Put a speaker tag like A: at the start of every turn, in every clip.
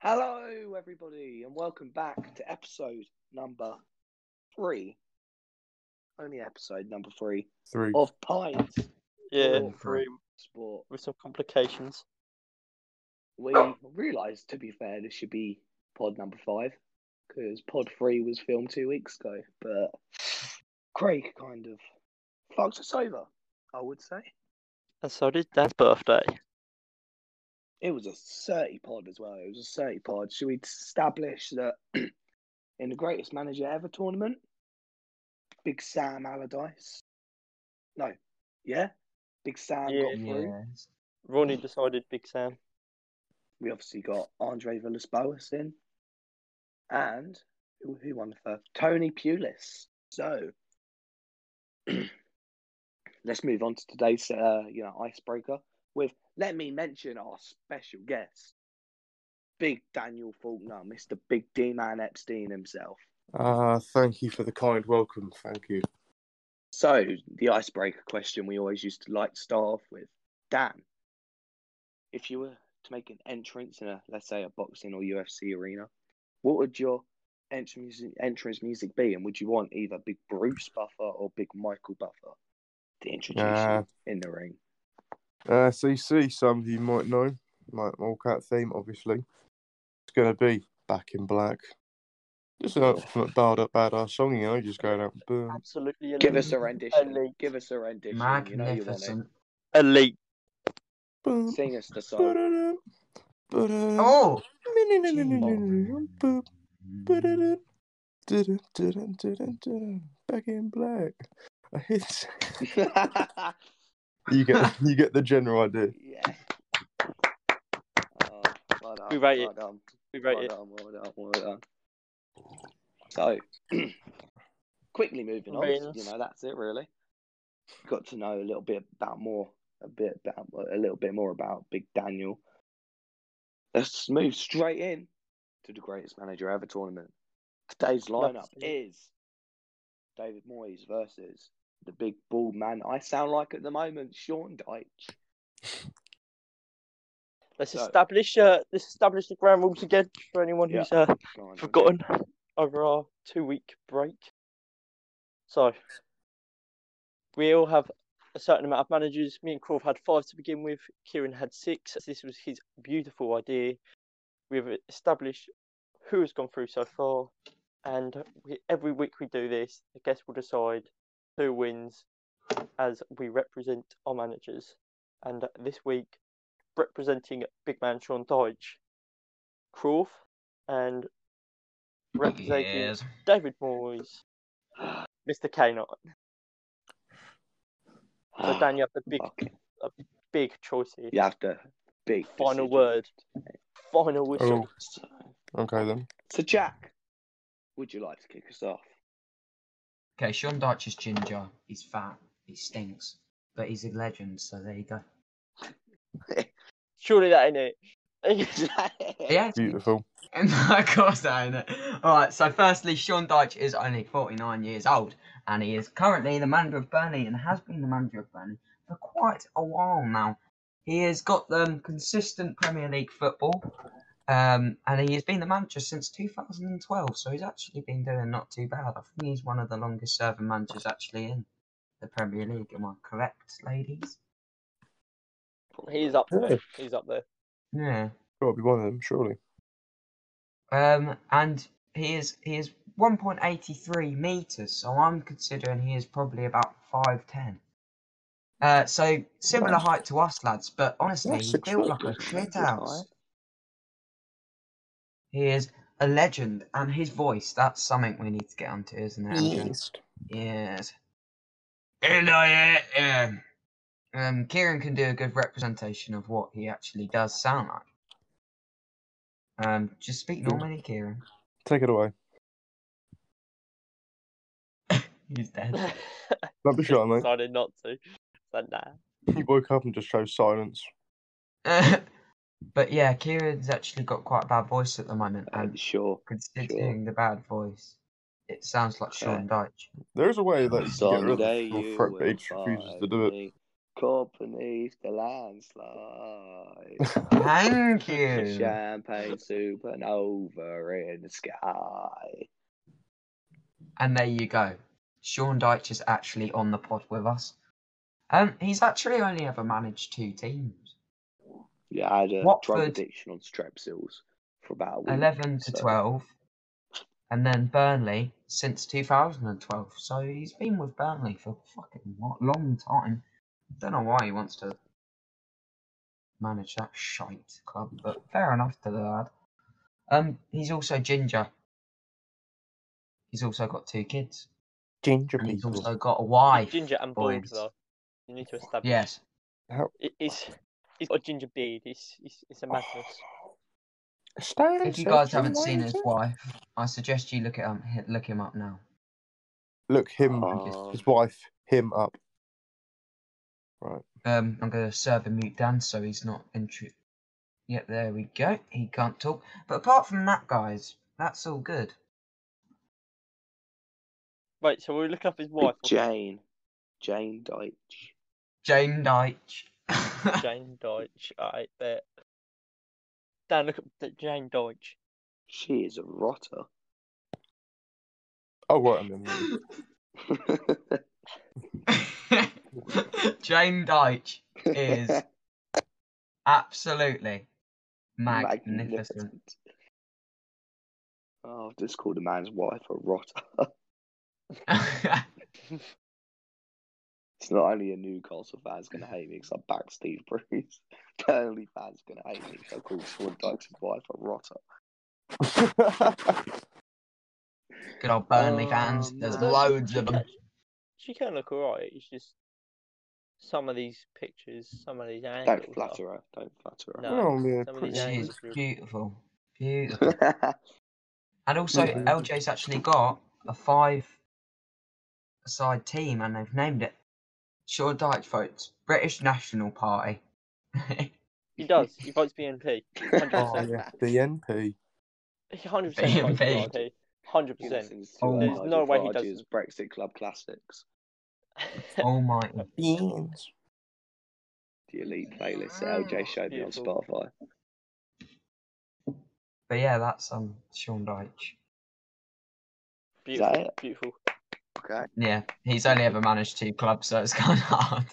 A: Hello, everybody, and welcome back to episode number three. Only episode number three
B: Three.
A: of Pints
C: Yeah,
A: Oh,
C: three
A: Sport.
C: with some complications.
A: We realised, to be fair, this should be pod number five because pod three was filmed two weeks ago, but Craig kind of fucked us over, I would say.
C: And so did Dad's birthday.
A: It was a 30 pod as well. It was a 30 pod. Should we establish that in the greatest manager ever tournament, Big Sam Allardyce? No. Yeah? Big Sam
C: Yeah.
A: got through.
C: Ronnie decided Big Sam.
A: We obviously got Andre Villas Boas in. And who, who won the first? Tony Pulis. So let's move on to today's uh, you know icebreaker with let me mention our special guest, Big Daniel Faulkner, Mr. Big D Man Epstein himself.
B: Uh, thank you for the kind welcome. Thank you.
A: So the icebreaker question we always used to like to start off with, Dan, if you were to make an entrance in a let's say a boxing or UFC arena, what would your entrance music, entrance music be, and would you want either Big Bruce Buffer or Big Michael Buffer to introduce
B: Uh,
A: you in the ring?
B: Uh, CC, some of you might know, my all cat theme, obviously. It's going to be Back in Black. Just an ultimate badass, badass song, you know, just going out and boom.
C: Absolutely
A: Give
C: elite.
A: us a rendition.
C: Elite.
A: Give us a rendition. You know you want it.
D: Magnificent.
C: elite.
B: boom.
A: Sing us the song.
B: Ba-da-dum, ba-da-dum.
D: Oh!
B: Min-min-min-min-min-min-min, boom, ba-da-dum, da-dum, da-dum, da-dum, da-dum. Back in Black. I hear this- You get, you get the general idea.
A: yeah. Oh, well done,
C: We rate
A: well
C: it.
A: done.
C: We rate
A: well
C: it.
A: done, well done, well done. So, quickly moving on.
C: Rings.
A: You know, that's it really. Got to know a little bit about more, a bit about, a little bit more about Big Daniel. Let's move straight in to the greatest manager ever tournament. Today's lineup
C: Let's do
A: is David Moyes versus the big bald man I sound like at the moment, Sean Dyche.
C: Let's
A: So-
C: establish. Uh, let's establish the ground rules again for anyone
A: Yeah.
C: who's uh,
A: Go on,
C: forgotten over our two-week break. So we all have a certain amount of managers. Me and Crawf had five to begin with. Kieran had six. This was his beautiful idea. We've established who has gone through so far, and we, every week we do this. The guest will decide who wins as we represent our managers. And this week, representing big man Sean Dyche, Crawf, and representing
D: Yes.
C: David Moyes, Mr. K9. So Dan, you have the big,
A: Okay.
C: big choice here.
A: Ah, You have to big
C: Final
A: decision.
C: word. Final whistle.
A: So,
B: Okay, then.
A: so Jack, would you like to kick us off?
D: Okay, Sean Dyche is ginger. He's fat. He stinks. But he's a legend, so there you go.
C: Surely that ain't it.
D: Yeah,
B: Beautiful.
D: and of course that ain't it. Alright, so firstly, Sean Dyche is only 49 years old, and he is currently the manager of Burnley and has been the manager of Burnley for quite a while now. He has got um, consistent Premier League football, um, and he has been the manager since 2012, so he's actually been doing not too bad. I think he's one of the longest serving managers actually in the Premier League. Am I correct, ladies?
C: He's up
B: Yeah.
C: there. He's up there.
D: Yeah.
B: Got to be one of them, surely.
D: Um, and he is he is 1.83 meters, so I'm considering he is probably about 5'10. Uh, so similar
B: Wow.
D: height to us lads, but honestly,
B: That's
D: he
B: six
D: built
B: foot,
D: like a
B: that's
D: shit
A: good
D: house. He is a legend, and his voice—that's something we need to get onto, isn't it? Andrew? Yes. And I uh, um, um, Kieran can do a good representation of what he actually does sound like. Um, just speak
B: Yeah.
D: normally, Kieran.
B: Take it away.
D: He's dead.
B: Don't be shy, mate.
C: Decided not to. But nah.
B: You woke up and just chose silence.
D: but yeah, Kieran's actually got quite a bad voice at the moment,
A: Um,
D: and
A: sure.
D: considering the bad voice, it sounds like Sean Dyche.
B: There is a way that you can get rid of
A: Someday
B: the
A: you
B: threat, but
A: will
B: he just refuses to
A: find
B: do it.
A: me. Caught beneath the landslide.
D: Thank
A: The
D: you.
A: champagne supernova in the sky.
D: And there you go. Sean Dyche is actually on the pod with us. Um, he's actually only ever managed two teams,
A: Yeah, I had a drug
D: Watford.
A: addiction on Strepsils for about a week.
D: eleven to
A: Mm, so-
D: twelve, and then Burnley since two thousand and twelve. So he's been with Burnley for fucking what long time. Don't know why he wants to manage that shite club, but fair enough to the lad. Um, he's also ginger. He's also got two kids,
B: Ginger
D: and he's
B: people.
D: also got a wife.
C: Ginger uh, and bald
D: boys.
C: though. You need to establish.
D: Yes.
C: It, it's he's got a ginger beard. It's it's, it's
A: Oh.
C: a madness.
B: Stand
D: If you guys
B: still,
D: haven't seen his
B: Ranger.
D: wife, I suggest you look it up. hit- Look him up now.
B: Look him,
A: Oh,
B: his wife, him up.
D: Um, I'm gonna serve him mute Dan so he's not intru. Yep, there we go. He can't talk. But apart from that, guys, that's all good.
C: Right, so we're looking up his
A: big
C: wife. wasn't
A: Jane. Jane Deitch.
D: Jane Deitch.
C: it? Jane Deutsch. I bet. Dan, look up the Jane Deutsch.
A: She is a rotter.
B: Oh, wait a minute.
D: Jane Deitch is absolutely magnificent.
A: Oh, I've just called a man's wife a rotter. It's not only a Newcastle fan's gonna hate me because I back Steve Bruce. Burnley fans gonna hate me because I called Sean Dykes' wife a rotter.
D: Good old Burnley fans.
B: Um,
A: Oh,
D: There's
A: man.
D: loads of them.
C: She can look alright. It's just some of these pictures, some of these angles.
A: Don't
C: are-
A: flatter her. Don't flatter her.
C: No.
B: oh, yeah,
C: Some of
B: pretty
C: these
D: She is
C: angles are
D: beautiful. Beautiful. And also,
B: Mhm.
D: LJ's actually got a five side team and they've named it Sean Dyche Votes British National Party.
C: He does. He votes BNP.
B: Oh, yeah, the NP.
C: He 100% votes
D: BNP.
C: BNP. 100%.
A: Listens to,
D: Oh
A: uh,
D: my-
C: There's no way he
A: Nigel
C: doesn't.
A: Farage's Brexit Club Classics,
D: Almighty.
B: Beans.
A: the elite playlist that LJ showed me on
C: Beautiful.
A: Spotify.
D: But yeah, that's um Sean Dyche.
A: that
C: Beautiful.
A: it?
C: Beautiful.
A: Okay.
D: Yeah, he's only ever managed two clubs, so it's kind of hard.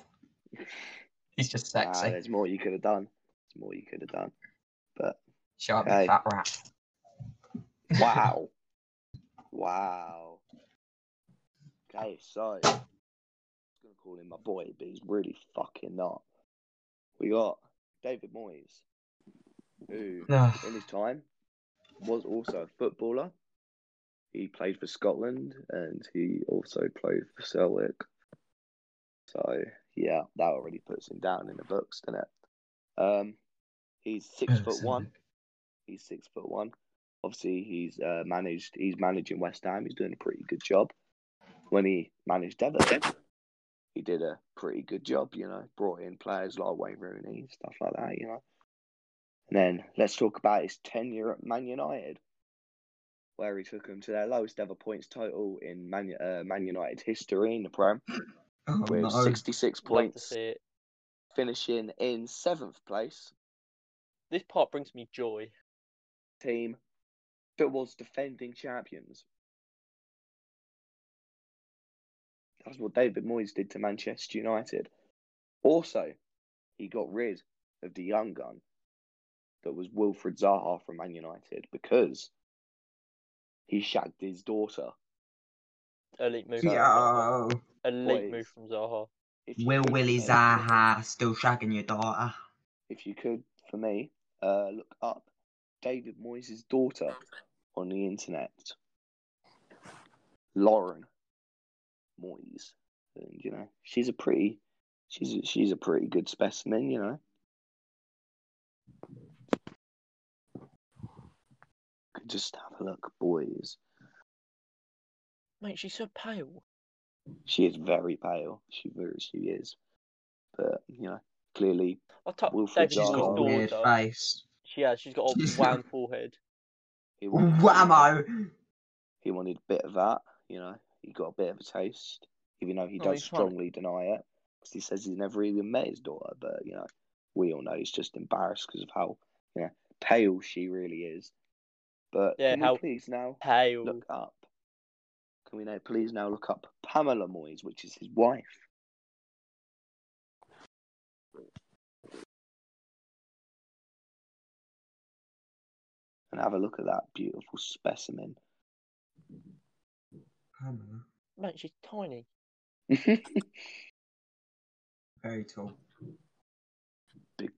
D: He's just
A: Nah,
D: sexy.
A: there's more you could have done. There's more you could have done. But
D: Shut up,
A: Hey.
D: you fat rat.
A: wow. wow. Okay, so I was gonna call him my boy, but he's really fucking not. We got David Moyes, who
D: Ugh.
A: in his time was also a footballer. He played for Scotland and he also played for Celtic. So yeah, that already puts him down in the books, doesn't it? Um, he's six foot one. He's six foot one. Obviously, he's uh, managed. He's managing West Ham. He's doing a pretty good job. When he managed Everton, he did a pretty good job. You know, brought in players like Wayne Rooney stuff like that. You know. And then let's talk about his tenure at Man United, where he took them to their lowest ever points total in Man, uh, Man United history in the Prem,
D: Oh,
A: with
D: no.
A: 66
C: Love to
A: points,
C: see it.
A: finishing in seventh place.
C: This part brings me joy.
A: team that was defending champions. That's what David Moyes did to Manchester United. Also, he got rid of the young gun that was Wilfred Zaha from Man United because he shagged his daughter.
C: Elite move. from Zaha.
D: Yo,
C: Elite
A: boys.
C: move from Zaha.
A: If you
D: Will
A: could-
D: Willie Zaha still shagging your daughter?
A: If you could, for me, uh, look up David Moyes' daughter on the internet, Lauren Moyes, and you know she's a pretty, she's a, she's a pretty good specimen, you know. Could Just have a look, boys.
C: Mate, she's so pale.
A: She is very pale. She very she is, but you know clearly
C: I typed
A: Wilfred
C: David
A: Zaha.
C: Moyes'
D: She's got a
C: daughter.
D: weird face.
C: She has. She's got a
D: She's
C: wan forehead.
A: he wanted
D: Whammo!
A: he wanted a bit of that, you know. He got a bit of a taste, even though he
C: Oh,
A: does
C: he's trying to-
A: strongly deny it. because he says he's never even met his daughter. But you know, we all know he's just embarrassed because of how you know pale she really is. But
C: Yeah,
A: can we
C: how-
A: please now
C: Pale.
A: look up? Can we now please now look up Pamela Moyes, which is his wife? And have a look at that beautiful specimen.
D: Pamela,
C: Man, she's tiny.
A: Big
D: very tall.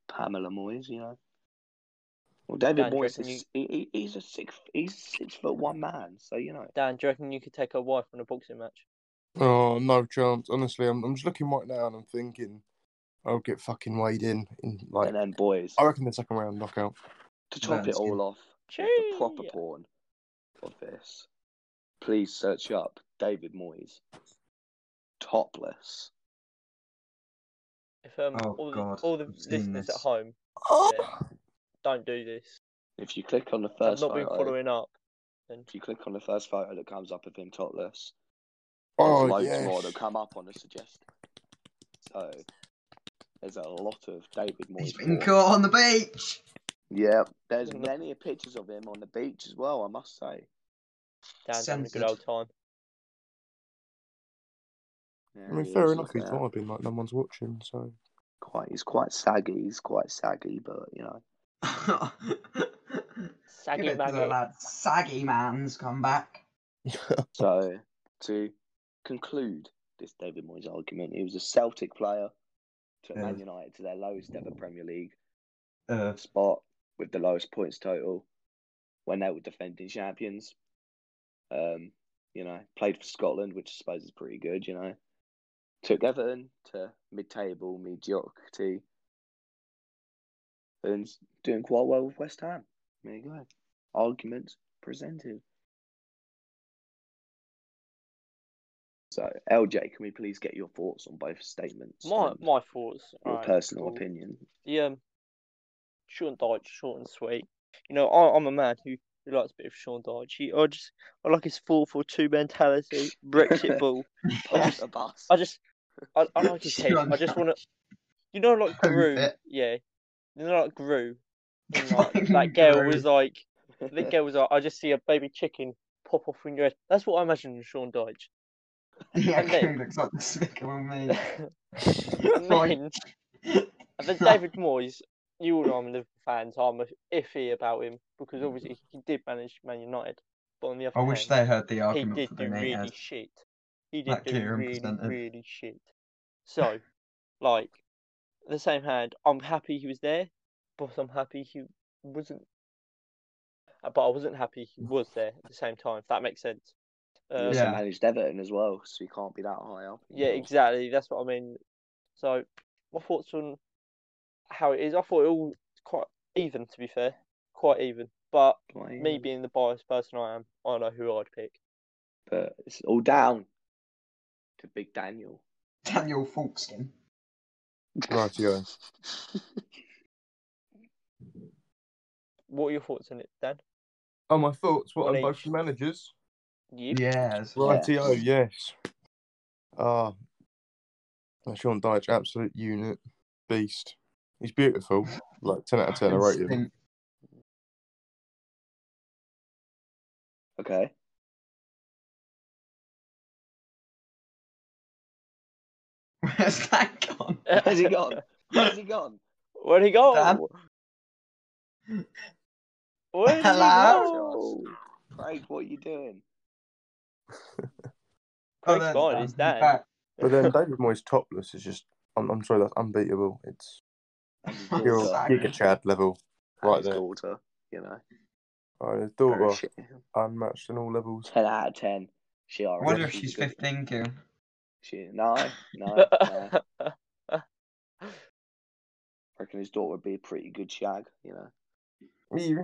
A: Pamela Moyes, you know. Well, David
C: Dan, do you
A: Moyes
C: reckon you-
A: is he, he- he's a six he's a six foot one man, so you know.
C: Dan, do you reckon you could take her wife on a boxing match?
B: Oh, no chance. Honestly, I'm, I'm just looking right now and I'm thinking I'll get fucking weighed in. in like,
A: And then boys
B: I reckon the second round knockout.
A: to top it
D: Burns him.
A: all off, with the proper
C: Gee.
A: porn of this. Please search up David Moyes topless.
C: If um,
D: Oh,
C: all,
D: God,
C: the, all the
D: I've seen
C: listeners
D: this.
C: at home don't do this.
A: If you click on the
C: I've
A: first
C: not been
A: photo,
C: following up.
A: if you click on the first photo that comes up of him topless, there's
B: Oh,
A: loads
B: yes.
A: more that come up on the suggestion. So there's a lot of David Moyes.
D: He's been
A: porn.
D: caught on the beach.
A: Yeah, there's
C: Mhm.
A: many a pictures of him on the beach as well. I must say.
C: Dan's having a good old
D: Censored.
C: time.
A: Yeah,
B: I mean,
A: he
B: fair
A: is
B: enough,
A: looking
B: he's
A: out.
B: vibing like no one's watching, so.
A: Quite, he's quite saggy. He's quite saggy, but you know,
D: Give
C: Saggy
D: it to the
C: maggot.
D: lad. Saggy man's come back.
A: So, to conclude this David Moyes argument, he was a Celtic player, took Man
D: Yeah.
A: United to their lowest ever Premier League
D: Uh,
A: spot with the lowest points total when they were defending champions. Um, you know, played for Scotland, which I suppose is pretty good, you know. Took Everton to mid table mediocrity and doing quite well with West Ham. There you go. Argument presented. So, LJ, can we please get your thoughts on both statements?
C: My
A: and-
C: my thoughts.
A: your
C: Alright,
A: personal
C: cool.
A: opinion.
C: The um, Sean Dyche, short and sweet. You know, I, I'm a man who, who likes a bit of Sean Dyche. He, I just I like his four for two mentality, Brexit bull.
A: Pass the bus.
C: I just I, I like his head.
D: Sean
C: I just want to. You know, like
D: Own
C: Gru.
D: it.
C: Yeah, you know, like Gru. And, like,
D: Fucking
C: that girl
D: Gru.
C: was like, the girl was like, I just see a baby chicken pop off in your head. That's what I imagine of Sean Dyche.
D: Yeah,
C: and then-
D: Crew looks like despicable me.
C: and then, and then David Moyes, you all know I'm a Liverpool fan, so I'm iffy about him because obviously he did manage Man United, but on the other
D: I wish
C: hand,
D: they heard the
C: he
D: argument for
C: did do
D: the
C: really
D: native.
C: shit. He did
D: Like
C: do
D: Kieran
C: really,
D: presented.
C: really shit. So, like, the same hand, I'm happy he was there, but I'm happy he wasn't. uh, But I wasn't happy he was there at the same time. If that makes sense.
A: He
C: Um,
A: Uh, also
D: Yeah.
A: managed Everton as well, so you can't be that high up.
C: Yeah, exactly. That's what I mean. So, my thoughts on how it is. I thought it all quite even, to be fair, quite even. But
A: Like,
C: me being the biased person I am, I know who I'd pick.
A: But it's all down to Big Daniel.
D: Daniel Falkskin.
B: Rightio.
C: What are your thoughts on it, Dan?
B: Oh, my thoughts. What
C: One
B: on both
C: each.
B: the managers?
C: You?
D: Yes.
B: Rightio, yes. Ah, Sean Dyche, absolute unit, beast. He's beautiful. Like ten out of ten. I rate him.
D: Fucking
A: Okay.
D: stink. Where's that gone?
A: Where's he gone? Where's he gone?
C: Where'd he go?
D: Dan?
C: Where'd he
D: Hello?
C: go?
A: Craig, what are you doing?
C: Craig's
D: Oh,
C: gone,
D: there's
C: it's Dan.
D: Dan. He's back.
B: But then David Moyes topless is just. I'm, I'm sorry, that's unbeatable. It's
A: And his
D: You're
B: pure
A: daughter.
D: Exactly.
B: Giga Chad level
A: And
B: right
A: his
B: there.
A: daughter, you know.
B: Oh, his
A: Oh,
B: daughter,
A: shit.
B: unmatched in all levels.
A: 10 out of 10. She
D: I
C: Oh,
A: already.
D: wonder if she's
A: a good-
D: 15, Q.
A: She, no, no. no. I reckon his daughter would be a pretty good shag, you know.
B: Yeah.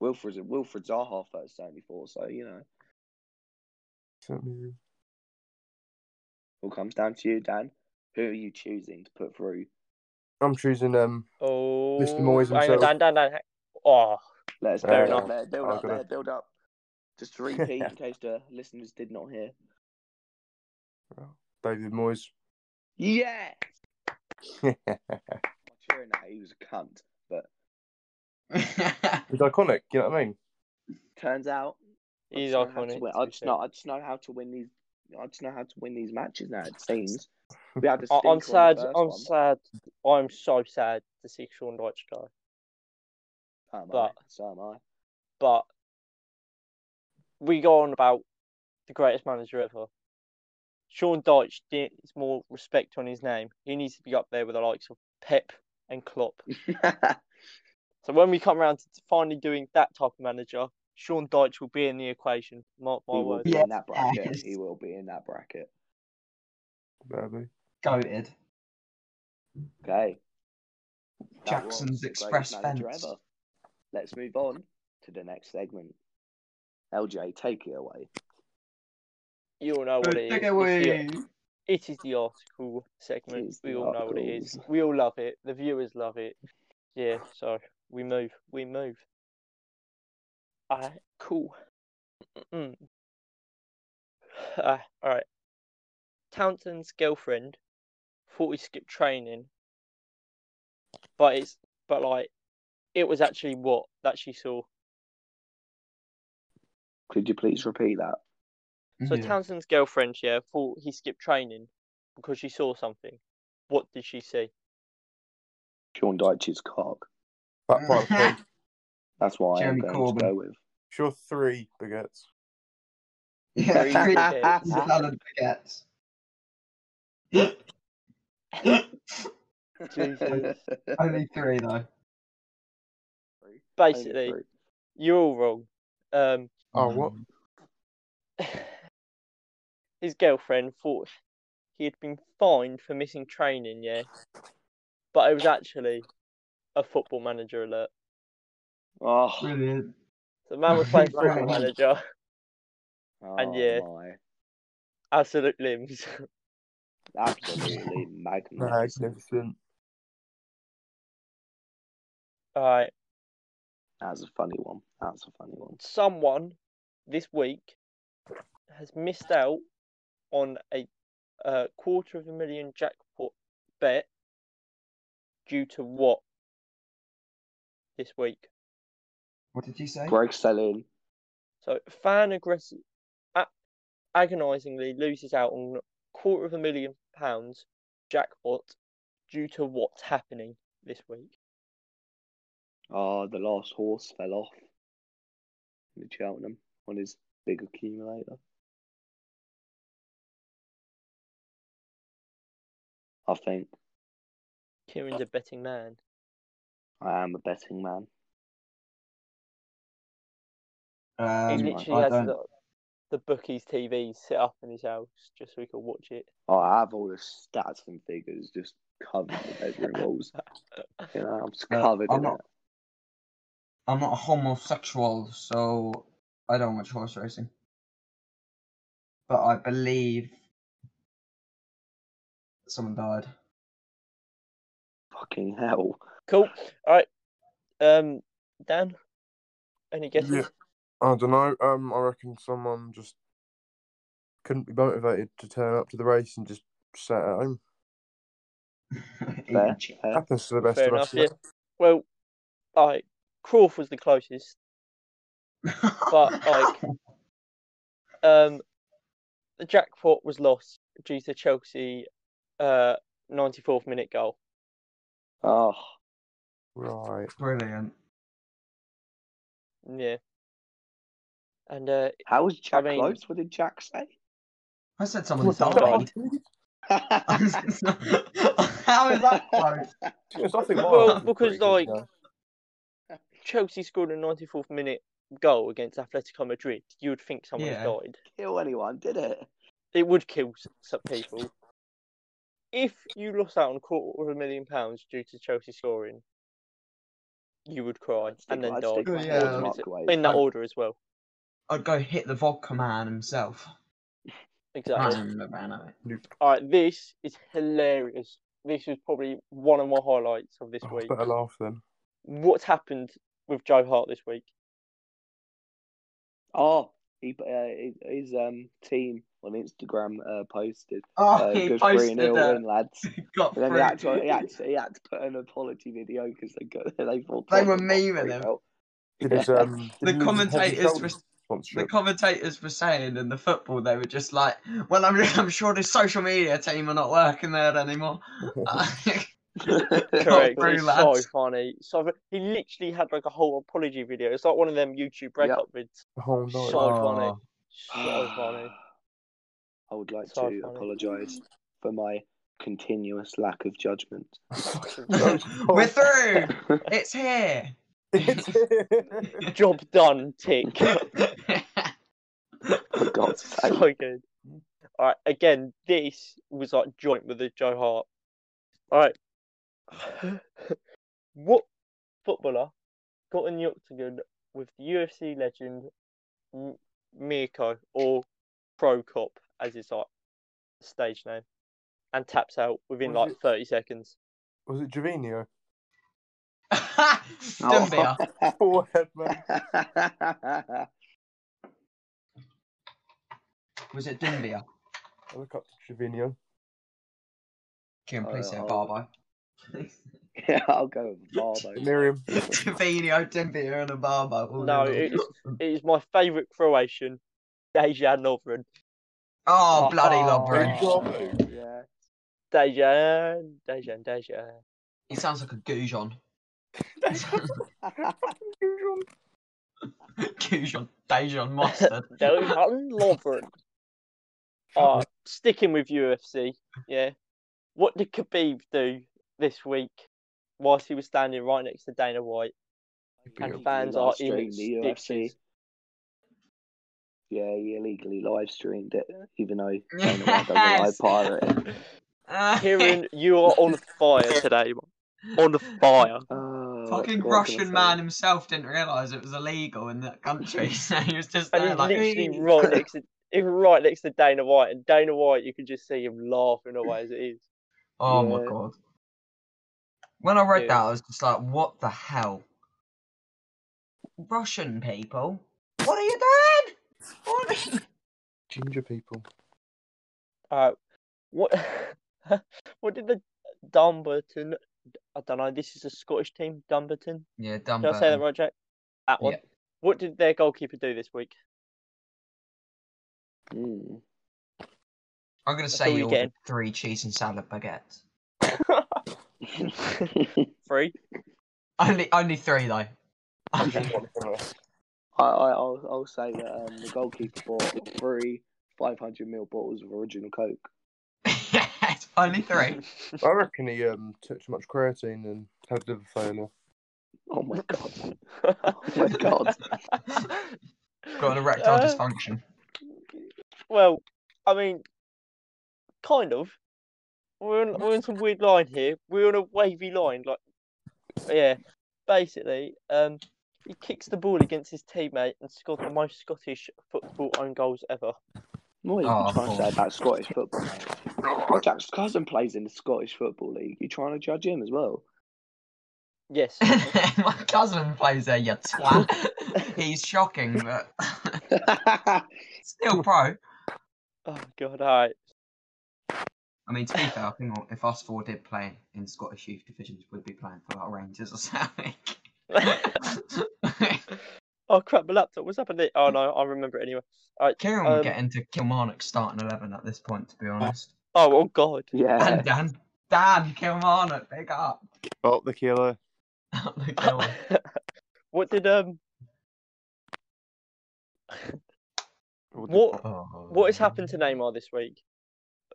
A: Wilfred's, Wilfred's our half at 74, so, you know.
B: Certainly.
A: all comes down to you, Dan. Who are you choosing to put through?
B: I'm choosing um.
C: oh,
B: Mr. Moyes
C: hang on,
B: himself.
C: Dan, Dan, Dan. hang- Oh,
A: Let us
B: Uh,
A: build up there, build
B: I've
A: up
B: got
A: there,
B: a-
A: build up. Just to repeat in case the listeners did not hear.
B: David Moyes,
A: Yes! Oh, Cheering that, he was a cunt.
B: It's iconic, you know what I mean?
A: Turns out, I
C: He's
A: just know how to
C: iconic.
A: win.
C: to
A: I
C: be
A: just
C: fair.
A: know. I just know how to win these. I just know how to win these matches now. It seems we had a
C: I-
A: stinker on
C: I'm
A: the
C: sad.
A: first
C: I'm
A: one,
C: sad. I'm so sad to see Sean Dyche go.
A: but am I,
C: but-
A: so am I.
C: But we go on about the greatest manager ever. Sean Dyche needs more respect on his name. He needs to be up there with the likes of Pep and Klopp. So when we come around to finally doing that type of manager, Sean Dyche will be in the equation. Mark
A: he
C: my
A: will
C: words.
A: be
D: Yeah.
A: in that bracket.
D: Yes.
A: He will be in that bracket.
B: Maybe.
C: Oh,
D: Goated.
A: Okay. That
D: Jackson's
A: was the
D: Express
A: greatest manager
D: Fence.
A: ever. Let's move on to the next segment. LJ, take it away.
C: You all know what it is. It's
D: Take
C: the-
D: away.
C: It is the article segment.
A: is
C: we
A: the
C: all know what it is.
A: articles.
C: We all love it. The viewers love it. Yeah, so we move. We move. Ah, cool. Mm. Ah, all right. Townsend's girlfriend thought we skipped training, but it's but like it was actually what that she saw.
A: Could you please repeat that?
C: So Townsend's girlfriend, yeah, thought he skipped training because she saw something. What did she see?
A: Sean Deitch's cock.
B: Fat part of cake.
A: That's why I'm
D: Jeremy
A: going
D: Corbyn.
A: to go with.
B: Sure, three baguettes.
C: Three baguettes.
D: He's a salad baguettes.
C: Jesus.
D: Only three though.
C: Basically, you're all wrong. Um,
B: Oh, what?
C: his girlfriend thought he had been fined for missing training, yeah. But it was actually a football manager alert.
A: Oh,
D: Brilliant.
C: The man was playing
D: Brilliant.
C: football manager,
A: oh
C: And yeah.
A: my.
C: absolute limbs.
A: Absolutely magnificent.
B: Magnificent.
C: Alright,
A: That's a funny one. That's a funny one.
C: someone this week has missed out on a uh, quarter of a million jackpot bet due to what this week?
D: What did you say?
A: Greg selling.
C: So fan aggressive, a- agonisingly loses out on quarter of a million pounds jackpot due to what's happening this week.
A: Oh, the last horse fell off in Cheltenham on his big accumulator. I think
C: Kieran's a betting man.
A: I am a betting man.
D: Um,
C: He
A: Um,
C: literally
D: I
C: has
D: don't.
C: the, the bookies TV set up in his house just so he can watch it.
A: Oh, I have all the stats and figures just covered in the bedroom walls. You know, I'm just
D: Uh,
A: covered
D: I'm
A: in
D: not- I'm not a homosexual, so I don't watch horse racing. But I believe someone died.
A: it. Fucking hell.
C: Cool. All right. Um, Dan, any guesses?
B: Yeah. I don't know. Um, I reckon someone just couldn't be motivated to turn up to the race and just sat at home.
A: Fair,
D: Eating chicken.
A: fair.
B: Happens to the best
C: Fair
B: of us.
C: enough. Yeah. Well, all right. Crawf was the closest. But, like- Um, the jackpot was lost due to Chelsea, uh, ninety fourth minute goal.
A: Oh,
B: Right.
D: brilliant.
C: Yeah. And uh,
A: how was Jack
C: mean-
A: close? What did Jack say?
D: I said someone
C: Someone
D: died. How is
A: That's
D: that close?
B: Yes, I think mine
C: Well,
B: was pretty
C: because,
B: good,
C: like-
B: yeah.
C: Chelsea scored a ninety fourth minute goal against Atletico Madrid. You would think someone's
D: Yeah.
C: died.
A: kill anyone, did it?
C: It would kill s- some people. If you lost out on a quarter of a million pounds due to Chelsea scoring, you would cry
A: I'd stick
C: and then
A: my- I'd
C: die.
A: stick
D: my
C: in
D: hand in
C: order
D: the
C: as-
A: microwave.
C: in that
D: Oh.
C: order as well.
D: I'd go hit the vodka man himself.
C: Exactly.
D: I don't know about it.
C: All right, this is hilarious. This is probably one of my highlights of this
B: Oh,
C: week.
B: better laugh then.
C: What's happened with Joe Hart this week?
A: Oh, He uh, his um team on Instagram uh, posted.
D: Oh,
A: Uh,
D: he
A: good
D: posted
A: 3-0
D: that.
A: win, lads.
D: Got
A: But then
D: through.
A: he had, to, he, had to, he had to put an apology video because they got they thought
D: They were
A: Tottenham got
D: memeing him.
A: 3-0.
B: Did his, um,
D: The
B: did he lose his head and
D: commentators
B: shoulders
D: was- the
B: sponsorship?
D: commentators were saying in the football they were just like, well, I'm, I'm sure the social media team are not working there anymore.
A: Oh,
C: Correct.
D: Through
C: It's so
D: lads.
C: funny. So fu- he literally had like a whole apology video. It's like one of them YouTube breakup vids.
B: Oh no!
C: So funny.
D: Oh.
C: So funny.
A: I would like
C: So
A: to
C: funny.
A: apologise for my continuous lack of judgment.
D: we're through. It's here.
C: Job done. Tick.
A: For God's sake.
C: so good. All right. Again, this was like joint with the Joe Hart. All right. what footballer got in the octagon with the UFC legend M- Mirko or Pro Cop as his like stage name and taps out within
B: Was
C: like
B: it-
C: 30 seconds?
B: Was it Javinio?
D: Dumbia.
A: Oh.
B: Forehead, man.
D: Was it Dumbia?
B: I look up to Javinio.
D: Jim, please say
A: Oh.
D: Barbo.
A: yeah, I'll go with Barbo.
B: Miriam.
D: Trevino, Dumbia, and a Barbo. all
C: No,
D: in
C: it
D: one.
C: is, it is my favourite Croatian, Dejan Lovren.
D: Oh, bloody Lobren.
B: Lovren.
A: Yeah.
C: Dejan, Dejan, Dejan.
D: He sounds like a Goujon. Goujon, Dejan Mustard.
C: Dejan Lovren. Uh, sticking with UFC, yeah. What did Khabib do this week whilst he was standing right next to Dana White? And
A: Illegally
C: fans
A: live
C: are in
A: streamed the UFC.
C: stitches.
A: Yeah, he illegally live streamed it, even though Dana White doesn't like
D: Yes.
A: pirate it.
D: Uh,
C: Kieran, you are on fire today. man. On fire.
A: Oh,
D: Fucking
A: what can I
D: Russian
A: say?
D: man himself didn't realise it was illegal in that country, so he was just
C: And
D: there
C: he's
D: like,
C: literally
D: "Ee."
C: right next to he was right next to Dana White. And Dana White, you can just see him laughing away as it is.
D: oh
A: Yeah.
D: my god. When I read
C: It
D: that, I
C: was-
D: was just like, what the hell? Russian people? What are you doing? What are you-
B: Ginger people.
C: Alright. What what did the Dumbarton I don't know, this is a Scottish team, Dumbarton.
D: Yeah, dumb.
C: Did I say that right, Jack? That one.
D: Yeah.
C: What did their goalkeeper do this week?
A: Mm.
D: I'm going to
C: all
D: say
C: you
D: you
C: get.
D: ordered three cheese and salad baguettes.
A: hmm.
C: Three.
D: Only, only three though. Only-
A: I, I, I'll, I'll say that um, the goalkeeper bought three 500 ml bottles of original Coke.
D: yes, only three.
B: I reckon he um took too much creatine and had liver failure.
A: Oh my god. Oh my god.
D: Got an erectile
C: Uh,
D: dysfunction.
C: Well, I mean, kind of. We're on, we're on some weird line here. We're on a wavy line, like yeah. Basically, um, he kicks the ball against his teammate and scored the most Scottish football own goals ever.
A: What are you
D: Oh,
A: trying to say
D: boy.
A: about Scottish football, mate? Jack's cousin plays in the Scottish Football League. You trying to judge him as well?
C: Yes.
D: My cousin plays there, you twat. He's shocking, but still pro.
C: oh God! All right.
D: I mean, to be fair, I think if us four did play in Scottish youth divisions, we'd be playing for like Rangers or something.
C: Oh crap! My laptop. What's happened? there? Oh no, I remember it anyway.
D: Kieran
C: Um,
D: would get into Kilmarnock starting 11 at this point, to be honest.
C: Oh, oh God.
A: yeah.
D: And Dan. Dan, Kilmarnock, big up.
B: Bart the killer.
D: The killer.
C: what did um?
B: Or the
C: What
D: Oh.
C: what has happened to Neymar this week?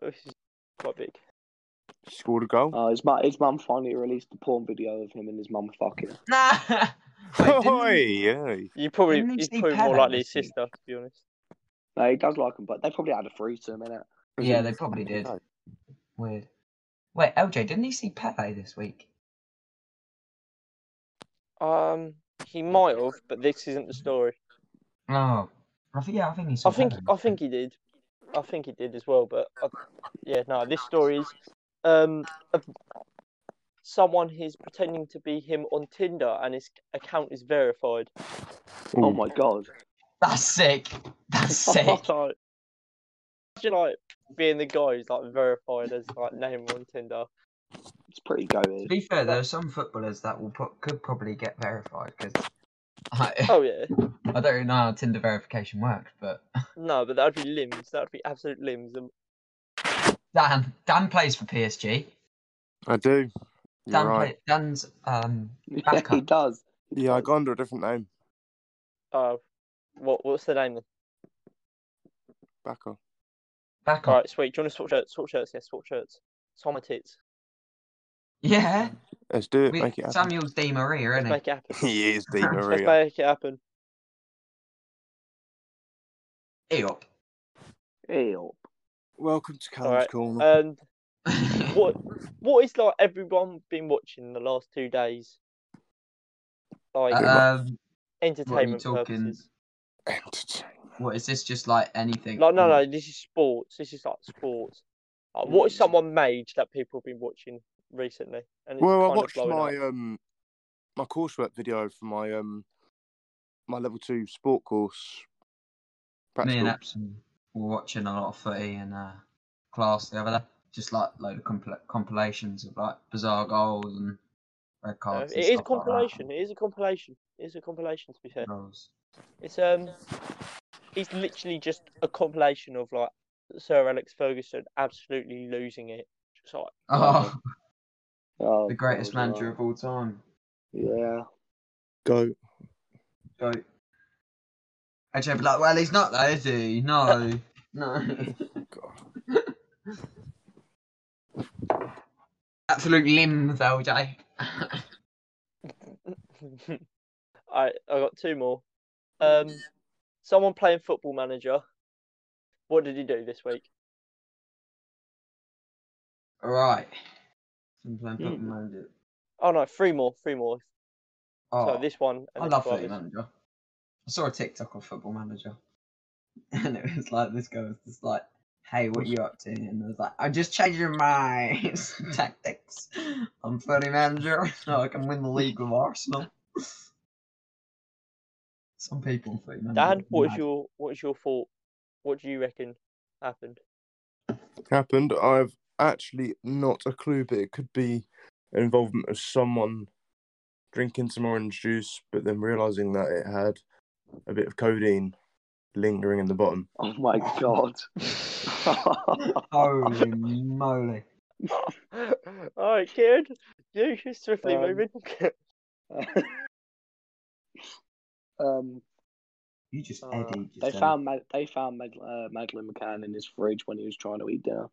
C: Oh, This is quite big.
B: Scored a goal.
A: Oh,
D: Uh,
A: his mum, his mum finally released the porn video of him and his mum fucking.
D: Nah! Wait, didn't he-
B: Oi,
C: You probably
D: Didn't he
C: he's
D: see
C: probably
D: Pele
C: more likely his
D: this week?
C: sister, to be honest.
A: No, he does like him, but they probably had a threesome in it.
B: oi.
D: Yeah, they probably did.
B: Oh,
D: Weird. Wait, LJ, didn't he see Pepe this week?
C: Um, he might have, but this isn't the story.
D: Oh. I think, yeah, I think he saw
C: I think
D: Pepe.
C: I think he did. I think he did as well, but I, yeah, no. This story is um of someone who's pretending
B: Hmm.
C: to be him on Tinder, and his account is verified.
A: Oh my god.
D: That's sick. That's
C: Oh,
D: sick.
C: like, imagine like being the guy who's like verified as like name on Tinder.
A: It's pretty goated.
D: to be fair, there are some footballers that will pro- could probably get verified because I,
C: Oh yeah.
D: I don't really know how Tinder verification works, but
C: No, but that'd be limbs. That'd be absolute limbs. And
D: Dan Dan plays for PSG.
B: I do. You're
D: Dan
B: right.
D: play, Dan's um
A: Yeah,
D: Backup.
A: he does. He
B: Yeah, I
A: does.
B: got under a different name.
C: uh, what what's the name? Then?
B: Backer.
D: back
C: All
D: on.
C: right, sweet. Do you want to swap shirts? Swap shirts. Yes, swap shirts. It's on my tits.
D: Yeah,
B: Let's do it.
D: we-
B: Make it happen.
D: Samuel's Di Maria,
C: Let's
D: isn't he?
C: make it happen.
B: he is Di
C: Let's
B: Maria.
C: make it happen.
D: Eeyop.
A: Ew.
B: Welcome to Callum's
C: Alright,
B: Corner.
D: uh,
C: And what what is like everyone been watching the last two days? Like
B: Uh,
D: um,
C: entertainment
D: talking?
C: purposes.
B: Entertainment.
D: what is this? Just like anything?
C: Like no
D: on-
C: no, this is sports. This is like sports. Like, what is someone made that people have been watching recently? And it's
B: Well, I
C: kind of
B: watched
C: blowing
B: my
C: up.
B: um my coursework video for my um my level two sport course.
D: Me
B: Practical.
D: and Epson were watching a lot of footy in uh, class the other day. Just like load of compl- compilations of like bizarre goals and red
C: Uh,
D: cards.
C: it
D: and
C: is a
D: stuff like that.
C: compilation. It is a compilation. It is a compilation. To be fair,
D: Goals.
C: it's um, it's literally just a compilation of like Sir Alex Ferguson absolutely losing it. Just like
D: Oh,
A: Oh,
D: the greatest
A: God,
D: manager of all time.
A: Yeah.
B: Go.
D: Go. Actually, I'd be like, well, he's not though, is he? No, no. Absolute limb though, Jay.
C: I I got two more. Um, someone playing Football Manager. What did he do this week?
D: Alright. Sometimes
A: Hmm.
D: football manager.
C: Oh no, three more, three more.
D: Oh,
C: So this one. And
D: I
C: this
D: love
C: one
D: football
C: is-
D: manager. I saw a TikTok of football manager. And it was like this guy was just like, Hey, what you up to? And I was like, I'm just changing my tactics. I'm funny manager, so I can win the league with Arsenal. Some people think
C: Dan, what's your what's your thought? What do you reckon happened?
B: happened. I've actually not a clue, but it could be involvement of someone drinking some orange juice, but then realizing that it had a bit of codeine lingering in the bottom.
A: Oh my god.
D: Holy moly.
C: All right, kid, you you're swiftly
A: Um,
C: moving.
A: um,
D: You just
A: uh,
D: Eddie. Just
A: they
D: Eddie.
A: found Mag- they found Mag- uh, Madeline McCann in his fridge when he was trying to eat dinner.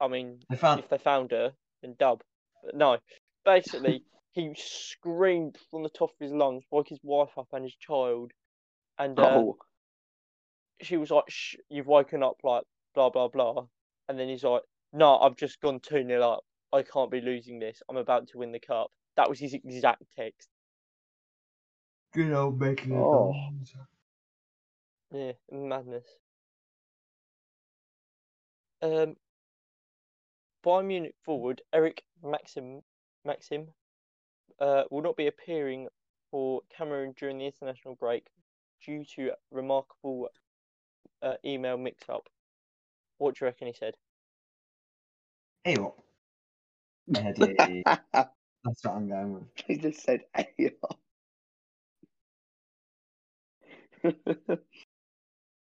C: I mean,
D: They found
C: if they found her, then dub. But no, basically, he screamed from the top of his lungs, woke his wife up and his child, and uh,
A: Oh,
C: she was like, Shh, "You've woken up, like blah blah blah," and then he's like, "No, I've just gone two 0 up. I can't be losing this. I'm about to win the cup." That was his exact text.
D: good old Becky.
A: Oh.
C: Yeah, madness. Um, Bayern Munich forward Eric Maxim Maxim uh, will not be appearing for Cameroon during the international break due to remarkable uh, email mix-up. What do you reckon he said?
D: Eeyore. Eddie. That's what I'm going with.
A: he just said AR.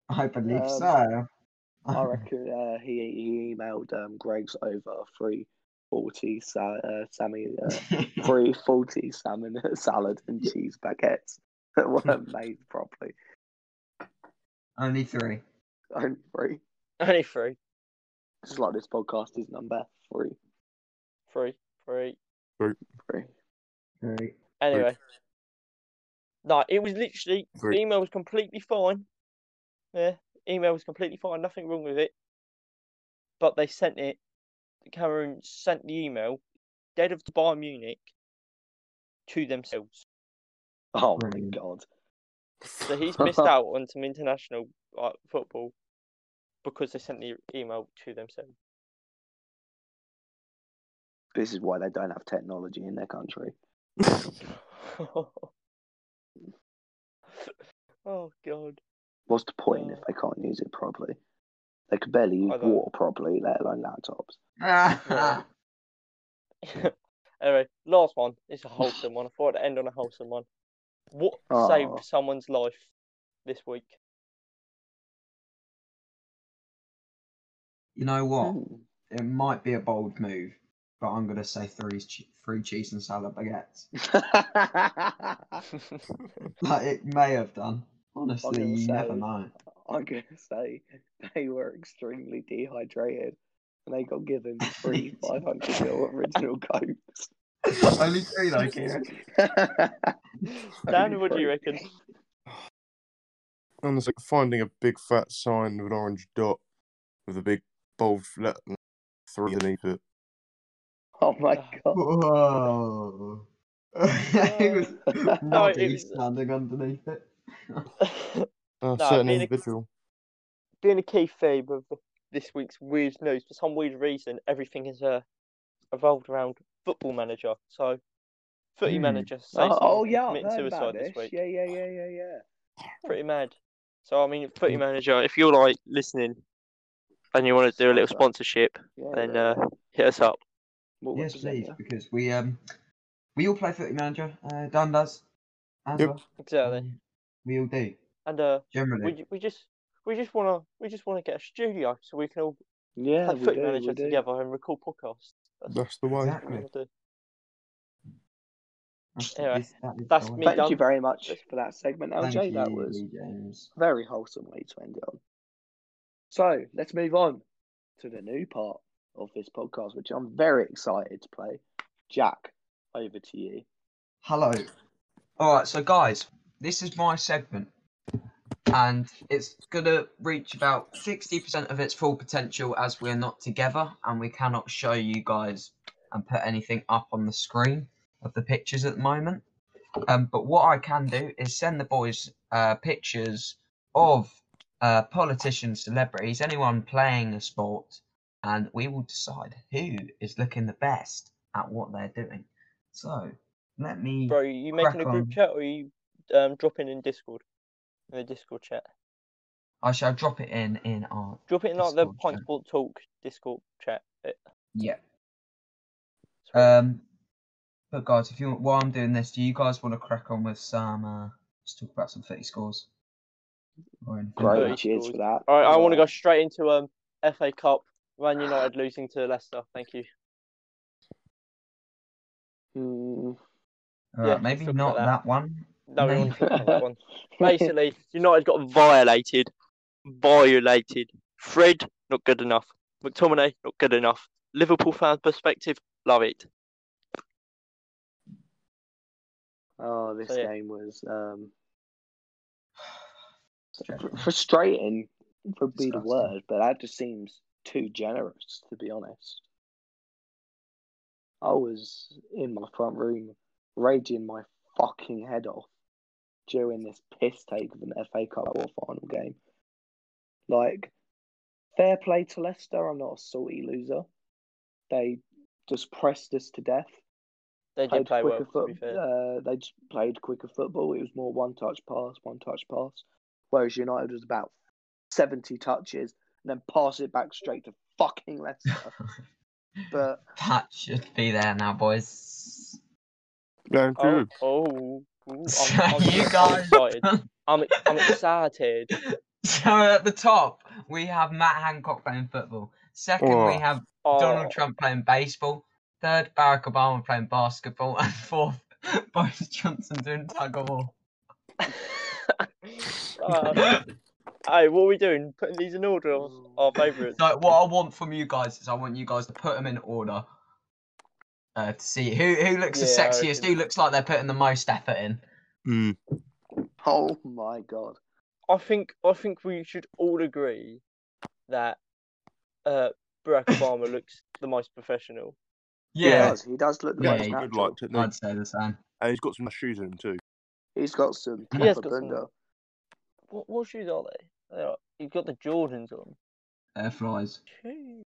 D: I believe
A: Um,
D: so.
A: I reckon uh, he, he emailed um, Greg's over three forty sa- uh, Sammy uh, three forty salmon uh, salad and cheese baguettes that weren't made properly.
D: Only three.
A: Only three.
C: Only three,
A: Just like this podcast is number three.
C: three, three.
A: Three.
D: Three.
C: Anyway, no, it was literally the
B: Three.
C: email was completely fine. Yeah, email was completely fine, nothing wrong with it. But they sent it. Cameroon sent the email, dead of the Bayern Munich, to themselves.
A: Oh
D: Brilliant.
A: my god.
C: So he's missed out on some international like, football because they sent the email to themselves.
A: This is why they don't have technology in their country.
C: oh god.
A: What's the point if they can't use it properly? They could barely use
C: I don't-
A: water properly, let alone laptops.
D: Ah,
C: anyway, last one. It's a wholesome one. I thought I'd end on a wholesome one. What
A: Aw.
C: saved someone's life this week?
D: you know what?
A: Hmm.
D: It might be a bold move, but I'm gonna say three che- three cheese and salad baguettes.
A: Hmm.
D: Like it may have done. Honestly,
A: gonna
D: you never
A: say-
D: know.
A: I'm gonna say they were extremely dehydrated, and they got given three 500 ml original cokes.
D: Only three though, Kieran.
C: Dan, what do you reckon?
B: And it's like finding a big fat sign with an orange dot with a big bold letter three underneath it.
A: Oh my
C: Ah,
A: god!
D: Whoa. it was
C: No,
D: Roddy
C: it was-
D: standing underneath it.
B: A
C: No,
B: certain
C: being a-
B: individual.
C: Being a key theme of this week's weird news, for some weird reason, everything has uh, evolved around football manager. So, footy
D: Hmm.
C: manager saved
A: Oh,
C: someone
A: oh,
C: from
A: yeah, I've
C: committing
A: heard about
C: suicide
A: this.
C: this week.
A: Yeah, yeah, yeah, yeah, yeah.
C: pretty mad. So I mean, footy
A: Hmm.
C: manager, if you're like listening and you want to do a little
A: Sponsor.
C: sponsorship,
A: yeah
C: then
A: yeah,
C: uh,
A: yeah.
C: hit us up.
A: We'll
D: Yes,
A: represent
D: please, because we um we all play footy manager. Uh, Dan does as
B: Yep.
D: well.
C: Exactly.
D: Um, we all do
C: And uh,
D: generally.
C: we we just we just wanna we just wanna get a studio so we can all
A: you. Yeah,
C: have
A: we
C: footy
A: do,
C: manager
A: we do.
C: together and record podcasts.
B: That's the way.
C: That's what we
D: Exactly.
C: want to do.
D: That's,
C: Anyway,
D: this- that is
C: that's
D: the
C: me
D: way.
A: Thank
C: done.
A: you very much
C: Let's-
A: for that segment, LJ.
D: Thank you,
A: that was
D: James.
A: a very wholesome way to end it on. So let's move on to the new part of this podcast, which I'm very excited to play. Jack, over to you.
D: Hello. All right, so guys, this is my segment, and it's gonna reach about sixty percent of its full potential as we're not together and we cannot show you guys and put anything up on the screen of the pictures at the moment. Um, but what I can do is send the boys uh, pictures of uh, politicians, celebrities, anyone playing a sport, and we will decide who is looking the best at what they're doing. So let me.
C: Bro, you making a
D: crack
C: group
D: on.
C: chat or you um, dropping in Discord? In the Discord chat.
D: I shall drop it in in our
C: Drop it in like the
D: Discord
C: Pint
D: chat.
C: Sport Talk Discord chat. bit.
D: yeah.
C: Sweet.
D: Um, but guys, if you want, while I'm doing this, do you guys want to crack on with some? Uh, let's talk about some footy scores. Or anything like
A: Great,
C: Very
A: cheers
C: cool.
A: for that.
C: All right, I want to go straight into um FA Cup. Man United losing to Leicester. Thank you.
A: Hmm.
D: that? All right,
C: yeah,
D: maybe
C: talk about
D: not
C: that.
D: that. one.
C: No, we want to talk about that one.
A: Basically,
C: Basically, United got violated. Violated. Fred, not good enough. McTominay, not good enough. Liverpool fan perspective, love it.
A: oh, this
C: So, yeah.
A: game was um,
D: Stressful.
A: fr- frustrating would be the
D: Disgusting.
A: word, but that just seems too generous, to be honest. I was in my front room raging my fucking head off during this piss take of an FA Cup or final game. Like, fair play to Leicester. I'm not a salty loser. They just pressed us to death.
C: They did
A: Played
C: play well,
A: quicker
C: to
A: foot-
C: be fair.
A: uh, they just played quicker football. It was more one touch pass, one touch pass. Whereas United was about 70 touches and then pass it back straight to fucking Leicester. but
D: That should be there now, boys.
B: Thank
C: Oh,
B: you.
C: oh, ooh,
D: So
C: I'm, I'm,
D: you
C: I'm
D: guys.
C: excited. I'm, I'm excited.
D: so at the top we have Matt Hancock playing football. Second we
B: Oh.
D: have
C: Oh,
D: Donald Trump playing baseball, third Barack Obama playing basketball, and fourth Boris Johnson doing tug of war.
C: Oh. Uh, hey, what are we doing? Putting these in order of our favourites.
D: So what I want from you guys is I want you guys to put them in order uh, to see who who looks the
C: Yeah, I
D: sexiest,
C: reckon-
D: who looks like they're putting the most effort in.
B: Mm.
A: oh my god.
C: I think I think we should all agree that uh, Barack Obama looks the most professional.
A: He
D: Yeah,
A: does. He does look the
D: Yeah,
A: most
D: he
B: he
A: natural.
B: would like to.
D: I'd say the same.
B: And he's got some shoes in him too.
A: He's got some
D: He
A: proper
C: has got some-
A: bunda.
C: What, what shoes are they? they are, he's got the Jordans on.
D: Air flies.
C: Gee.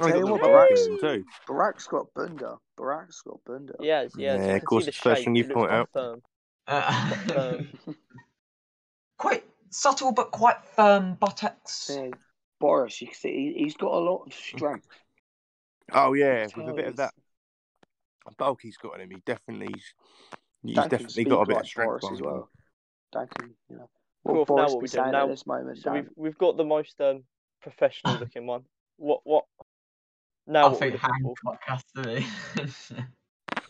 A: I'll tell
B: he
A: you what,
C: the
A: Barack's,
C: Jordans.
B: too.
A: Barack's got bunda. Barack's got bunda.
C: Yes, yes.
B: Yeah,
C: you
B: of
C: can
B: course
C: see the
B: it's fashion
C: shape.
B: you
C: He looks
B: point
C: quite
B: out.
C: firm.
D: Uh,
C: Um,
D: quite subtle but quite firm buttocks.
A: Yeah, Boris, you can see he, he's got a lot of strength.
B: Oh yeah, with a
A: Tell
B: bit of
A: he's-
B: that bulk he's got in him, he definitely he's, he's
A: Dan can
B: definitely
A: speak
B: got a bit
A: like
B: of
A: Boris
B: strength behind
A: as
B: him.
A: well. Dan can, you know.
C: Cool, now
A: What Boris
C: what
A: be
C: we do
A: saying
C: now?
A: at this moment,
C: so
A: Dan.
C: we've we've got the most um, professional looking one. What what? Now
D: I
C: what are we
D: think
C: looking
D: hand
C: for?
D: podcasting.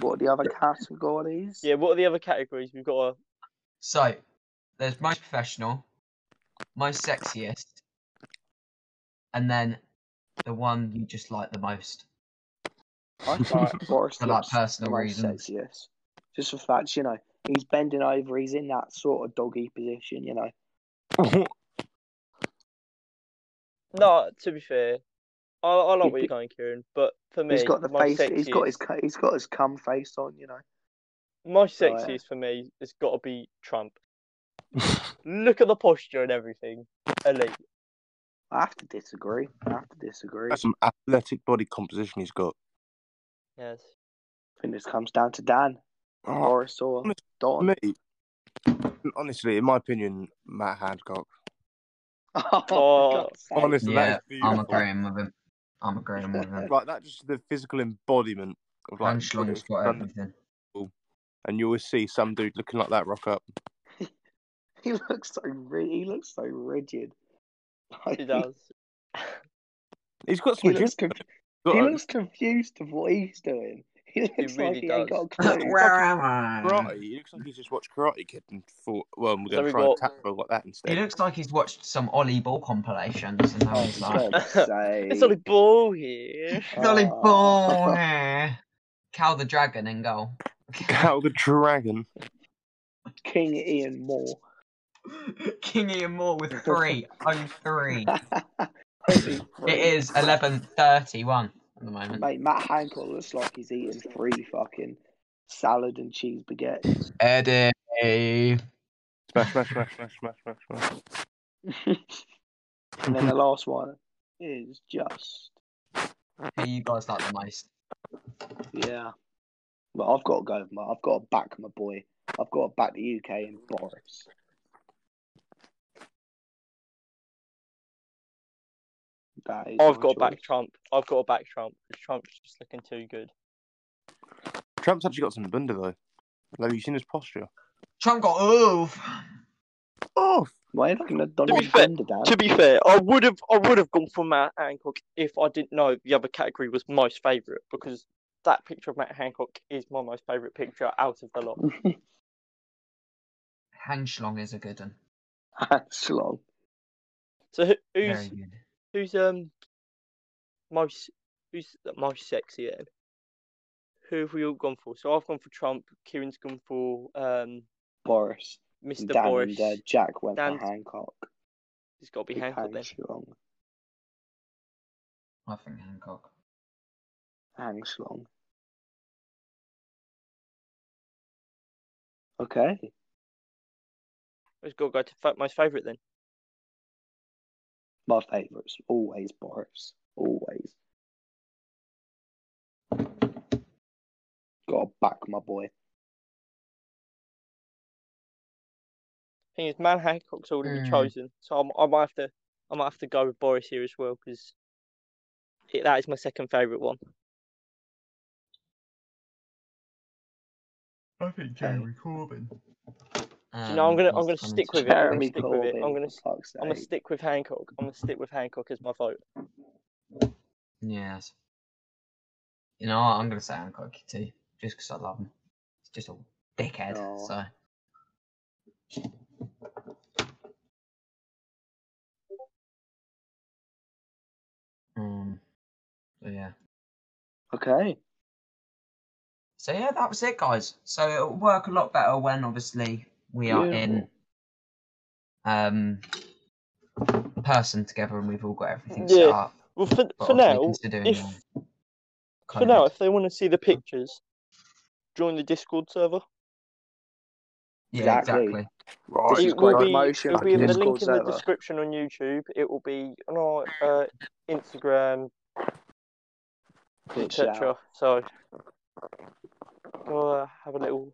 A: What are the other categories?
C: Yeah, what are the other categories? We've got a
D: so there's most professional, most sexiest, and then the one you just like the most.
A: I think Boris
D: For, like,
A: looks
D: personal
A: the most
D: reasons.
A: sexiest. Just for facts, you know, he's bending over, he's in that sort of doggy position, you know.
C: no. To be fair, I, I like
A: He's
C: where
A: be-
C: you're going, Kieran. But for me,
A: he's got the
C: my
A: face, he's got his
C: sexiest-
A: cu- he's got his cum face on, you know.
C: my
A: yeah.
C: sexiest for me has got to be Trump. Look at the posture and everything. Elite.
A: I have to disagree. I have to disagree. I
B: That's some athletic body composition he's got.
C: Yes.
A: think this comes down to Dan,
B: Oh,
A: Boris, or
B: honest-
A: Don.
B: me, honestly, in my opinion, Matt Hancock.
A: Oh,
C: Oh,
A: for God's sake.
B: Honestly,
D: yeah,
B: that is
D: I'm
B: beautiful.
D: agreeing with him. I'm agreeing with him.
B: Like that, just the physical embodiment of like.
D: Hand Schlong's got
B: and,
D: everything.
B: and you always see some dude looking like that rock up.
A: He looks so ri- he looks so rigid. Like,
C: He does.
B: He's got
A: He
B: some.
A: looks,
B: agility.
A: conf- he looks confused of what he's doing. He looks like
C: really
A: he ain't
C: does.
A: got a clue.
D: Where am I?
B: karate. He looks like he's just watched Karate Kid and thought, well, we're
C: So
B: going to
C: we
B: try and
C: got-
B: tackle like that
D: He
B: instead.
D: looks like he's watched some Ollie Ball compilations and now
A: Oh,
D: he's
A: for
D: like,
A: God's sake.
C: It's only ball here.
D: Ollie
A: Oh.
D: Ball! eh." Cow the dragon and go.
B: Cow the dragon.
A: King Ian Moore.
D: King Ian Moore with three. Oh,
A: Only
D: three.
A: three.
D: It is 11.31 at the moment.
A: Mate, Matt Hancock looks like he's eating three fucking salad and cheese baguettes.
D: Eddie.
B: Smash, smash, smash, smash, smash, smash, smash.
A: and then the last one is just
D: Who you guys like the most?
A: yeah. But I've got to go. with My, I've got to back my boy. I've got to back the UK and Boris. That is
C: I've
A: my
C: got to
A: choice.
C: back Trump. I've got to back Trump. Trump's just looking too good.
B: Trump's actually got some bunda though. Have you seen his posture?
D: Trump got oof.
B: Oh,
A: Why are you looking at Donald
C: be fair-
A: Bender, Dan?
C: To be fair, I would have I would have gone for Matt Hancock if I didn't know the other category was most favourite because that picture of Matt Hancock is my most favourite picture out of the lot.
D: Hanschlong is a good one.
A: That's long.
C: So who,
D: Very
C: who's
D: good.
C: who's um most who's the most sexy then? Who have we all gone for? So I've gone for Trump. Kieran's gone for um
A: Boris.
C: Mr.
A: Dan
C: Boris.
A: and uh, Jack went
C: Dan-
A: for Hancock.
C: He's got to be
A: Big
C: Hancock
A: Hang
C: then.
A: Schlong.
D: I think Hancock.
A: Hang Schlong. Okay.
C: He's got to go to fa- most favourite then.
A: My favourites. Always Boris. Always. Gotta back my boy.
C: thing is, Man Hancock's already been
D: Hmm.
C: chosen, so I'm, I might have to, I might have to go with Boris here as well because that is my second favourite one.
D: I think
A: Jeremy
D: Corbyn. Um,
C: Do you know, I'm gonna, I'm gonna stick with it. I'm gonna
A: Jeremy
C: stick with it.
A: Corbyn.
C: I'm gonna,
A: for fuck's
C: I'm gonna
A: sake.
C: stick with Hancock. I'm gonna stick with Hancock as my vote.
D: Yes. You know what? I'm gonna say Hancock too, just 'cause I love him. He's just a dickhead.
A: Aw.
D: So um, so yeah.
A: Okay.
D: So yeah, that was it, guys. So it'll work a lot better when obviously we are in um person together and we've all got everything set
C: Yeah,
D: up.
C: Well, for,
D: But
C: for
D: obviously
C: now,
D: considering
C: if
D: um,
C: for now,
D: COVID.
C: if they want to see the pictures, join the Discord server.
D: yeah,
A: Exactly.
D: exactly.
B: right.
A: This is
C: it will
A: great
C: be,
A: promotion
C: it'll
A: for
C: be in the
A: Discord
C: link in the
A: server.
C: description on YouTube. It will be on our uh, Instagram,
A: Good
C: etc.
A: shout.
C: So, go uh, have a little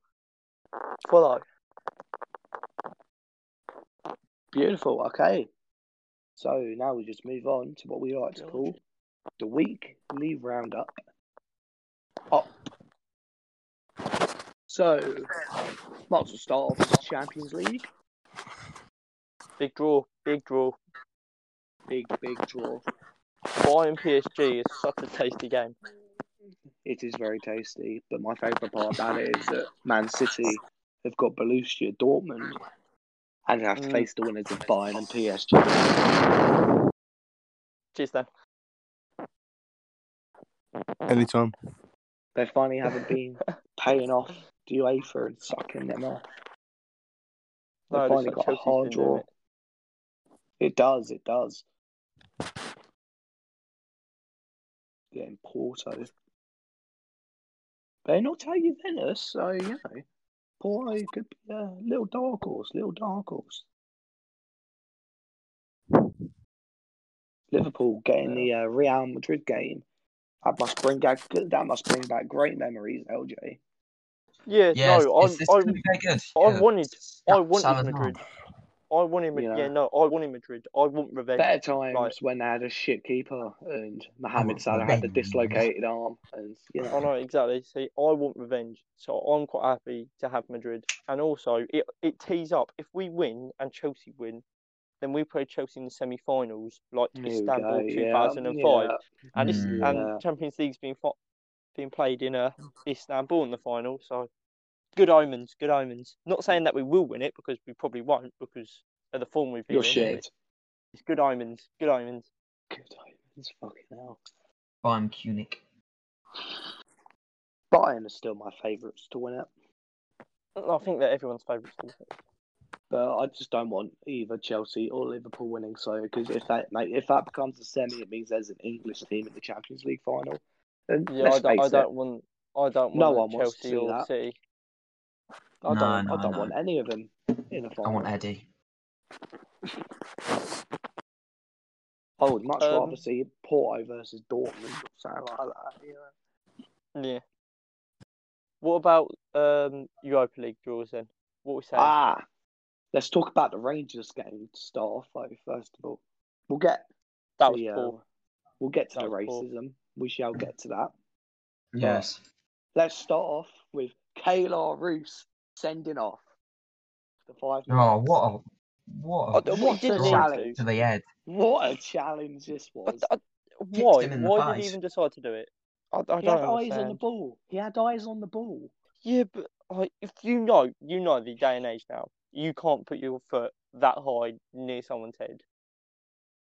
C: follow.
A: Beautiful. Okay. So now we just move on to what we like to call the weekly roundup. Up. So, might as well start off with the Champions League.
C: Big draw, big draw.
A: Big, big draw.
C: Bayern PSG is such a tasty game.
A: It is very tasty, but my favourite part about it is that Man City have got Borussia Dortmund and have to
C: Mm.
A: face the winners of Bayern and PSG.
C: Cheers, then.
B: Anytime.
A: They finally haven't been paying off the UEFA and sucking them off. They
C: No, it looks
A: finally
C: like
A: got a
C: Chelsea's
A: hard
C: been doing
A: draw.
C: it.
A: It does, it does. Getting Porto. They knocked out Juventus, so you know, Porto could be a little dark horse, little dark horse. Liverpool getting the uh, Real Madrid game. That must bring back that must bring back great memories, LJ.
C: Yeah,
D: Yes,
C: no, I,
D: it's, it's
C: I,
D: gonna be very good.
C: I
D: Yeah.
C: wanted, I
D: Yeah,
C: wanted
D: Salah's
C: Madrid.
D: on.
C: I wanted, Madrid.
A: Yeah.
C: yeah, no, I wanted Madrid. I want revenge.
A: Better times
C: Right.
A: when they had a shit keeper and
D: Oh,
A: Mohamed Salah had the
D: revenge.
A: dislocated arm, and you
C: I
A: know,
C: know exactly. See, I want revenge, so I'm quite happy to have Madrid. And also, it it tees up if we win and Chelsea win, then we play Chelsea in the semi-finals, like
A: Here we
C: Istanbul
A: go, yeah,
C: 2005.
A: yeah.
C: And this
D: Hmm.
A: Yeah.
C: and Champions League's been fo- being played in uh, Istanbul in the final, so good omens, good omens. Not saying that we will win it because we probably won't because of the form we've been
A: You're
C: in.
A: shit.
C: It's good omens, good omens.
A: Good omens, fucking hell.
D: Bayern Munich.
A: Bayern is still my favourites to win it,
C: I think that everyone's favourite.
A: but I just don't want either Chelsea or Liverpool winning. So because if that mate, if that becomes a semi, it means there's an English team in the Champions League final. And
C: Yeah,
A: let's
C: I don't, I
A: face it,
C: don't want, I don't want
A: No one wants to
C: Chelsea
A: see
C: or
A: that.
C: City.
A: I
D: No,
A: don't,
D: no,
A: I don't
D: no.
A: want any of them in a
D: I
A: final.
D: want Eddie.
A: I would much
C: Um,
A: rather see Porto versus Dortmund or something like that. You know?
C: Yeah. What about um Europa League draws then? What we saying?
A: Ah, let's talk about the Rangers game to start off though. First of all, we'll get
C: that was
A: the, uh,
C: poor.
A: we'll get to
C: That
A: the
C: was poor.
A: racism. We shall get to that.
D: Yes.
A: Let's start off with Kayla Roos sending off the five.
D: Oh, what a Oh, what a
C: I- what he
A: What
C: didn't
A: a
C: need
D: strike
A: challenge!
C: to.
D: to the head.
A: What a challenge this
C: But
A: was.
C: I,
D: Kicked
C: why?
D: him in the
C: Why did he
D: thighs.
C: even decide to do it? I, I don't
A: He had eyes on the
C: understand.
A: ball. He had eyes on the ball.
C: Yeah, but like, if you know, you know the day and age now, you can't put your foot that high near someone's head.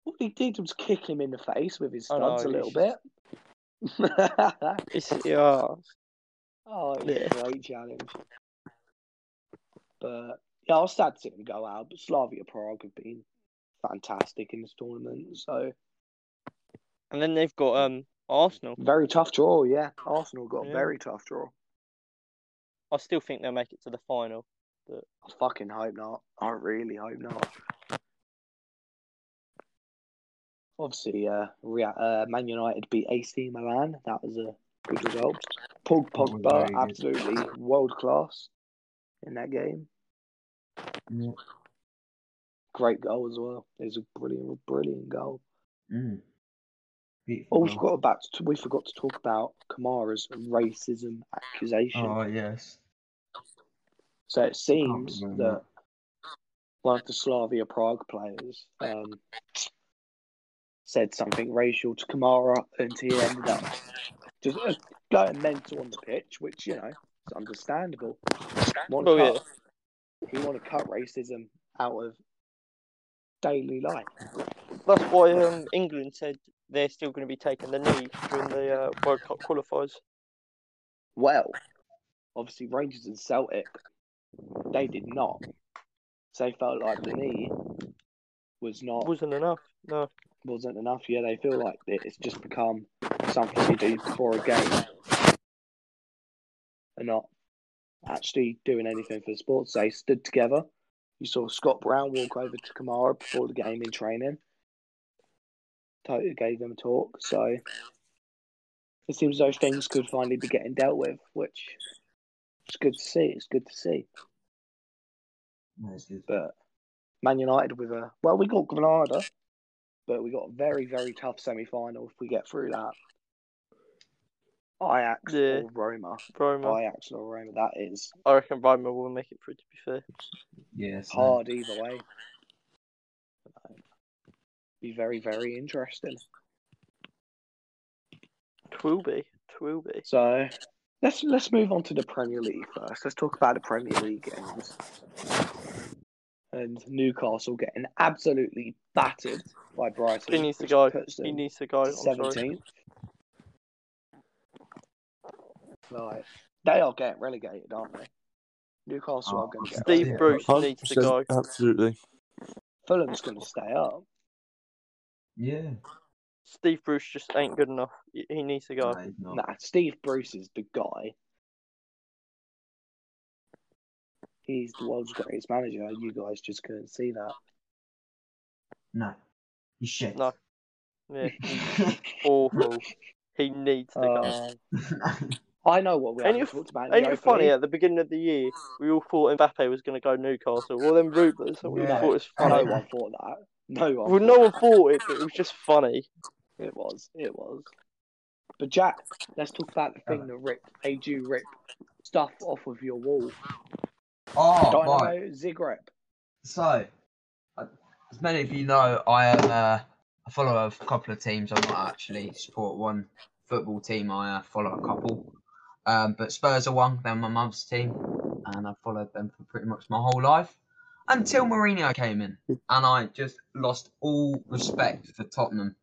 A: What he did was kick him in the face with his
C: I
A: studs a
C: know,
A: little
C: it's
A: bit.
C: just- It's yeah.
A: Oh, it was
C: Yeah.
A: a great challenge. But yeah, I was sad to see him go out. But Slavia Prague have been fantastic in this tournament. So
C: And then they've got um Arsenal.
A: very tough draw. Yeah, Arsenal got
C: Yeah.
A: a very tough draw.
C: I still think they'll make it to the final.
A: I fucking hope not. I really hope not. Obviously, uh, Rea- uh, Man United beat AC Milan. That was a good result. Pog
B: was
A: Pogba,
B: very good.
A: absolutely world class in that game.
D: Yeah.
A: Great goal as well. It was a brilliant, brilliant goal.
D: Mm.
A: Oh,
D: Beautiful
A: we
D: goal.
A: forgot about we forgot to talk about Kamara's racism accusation.
D: Oh yes.
A: so it seems
D: remember
A: that one of the Slavia Prague players um, said something racial to Kamara, and he ended up just uh, going mental on the pitch, which you know is understandable. Want to
C: Well, yeah.
A: cut, He want to cut racism out of daily life.
C: That's why um, England said they're still going to be taking the knee during the uh, World Cup qualifiers.
A: Well, obviously Rangers and Celtic, they did not. So they felt like the knee was not
C: Wasn't enough. No.
A: wasn't enough. Yeah, they feel like it- it's just become something you do before a game and not actually doing anything for the sports. They stood together. You saw Scott Brown walk over to Kamara before the game in training. Totally gave them a talk. So it seems those things could finally be getting dealt with, which it's good to see. It's good to see.
D: No, it's good.
A: But Man United with a well, we got Granada, but we got a very very tough semi final. If we get through that, Ajax
C: Yeah.
A: or Roma,
C: Roma.
A: Ajax or Roma, that is
C: I reckon Roma will make it through. To be fair,
D: Yes.
A: hard either way. Be very very interesting.
C: twill be, twill be.
A: So let's let's move on to the Premier League first. Let's talk about the Premier League games. And Newcastle getting absolutely battered by Brighton.
C: He needs to
A: which
C: go.
A: puts
C: He
A: them
C: needs to go. I'm sorry.
A: Seventeenth. Like they are getting relegated, aren't they? Newcastle
D: Oh,
A: are going to get
D: Steve
A: relegated.
C: Bruce. needs to go.
B: Absolutely.
A: Fulham's going to stay up.
D: Yeah.
C: Steve Bruce just ain't good enough. He he needs to go.
D: No, he's not.
A: Nah, Steve Bruce is the guy. He's the world's greatest manager. You guys just couldn't see that.
D: No. He's shit.
C: No. Yeah, awful. He needs to go.
A: Uh, I know what we
C: Ain't
A: haven't
C: it-
A: talked about. in the
C: Ain't it funny?
A: opening.
C: At the beginning of the year, we all thought Mbappe was going to go Newcastle. All them rumours, and we
D: Yeah.
C: thought it was
A: No
C: funny.
A: one thought that. No one.
C: Well,
A: thought
C: no one
A: that.
C: thought it, but it was just funny.
A: It was. It was. But Jack, let's talk about the thing that ripped Adu ripped stuff off of your wall.
D: oh,
A: Dynamo
D: right.
A: Zagreb.
D: So, uh, as many of you know, I am uh, a follower of a couple of teams. I'm not actually support one football team. I uh, follow a couple, um, but Spurs are one. They're my mum's team, and I've followed them for pretty much my whole life until Mourinho came in, and I just lost all respect for Tottenham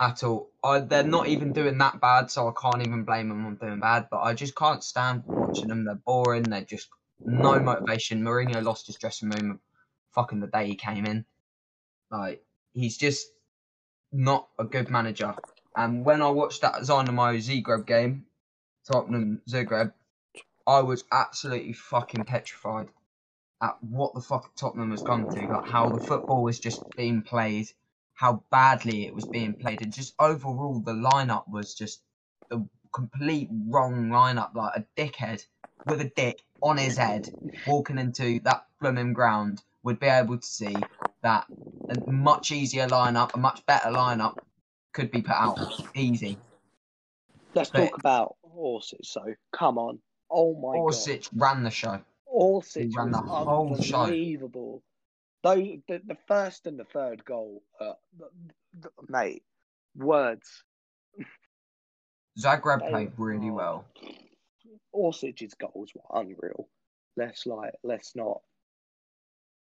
D: at all. I, they're not even doing that bad, so I can't even blame them on doing bad. But I just can't stand watching them. They're boring. They're just no motivation. Mourinho lost his dressing room fucking the day he came in. Like he's just not a good manager. And when I watched that Dynamo Zagreb game, Tottenham Zagreb, I was absolutely fucking petrified at what the fuck Tottenham has come to. Like how the football was just being played, how badly it was being played, and just overall the lineup was just the complete wrong lineup. Like a dickhead with a dick on his head walking into that blooming ground would be able to see that a much easier lineup, a much better lineup could be put out easy.
A: Let's
D: But-
A: talk about Orsic. So come on. Oh my god.
D: Orsic ran the show.
A: Orsic
D: He ran the whole
A: was
D: show.
A: unbelievable. Those the, the first and the third goal, uh, th- th- mate. Words.
D: Zagreb
A: They-
D: played really
A: oh.
D: well.
A: Orsic's goals were unreal. Let's like, let's not.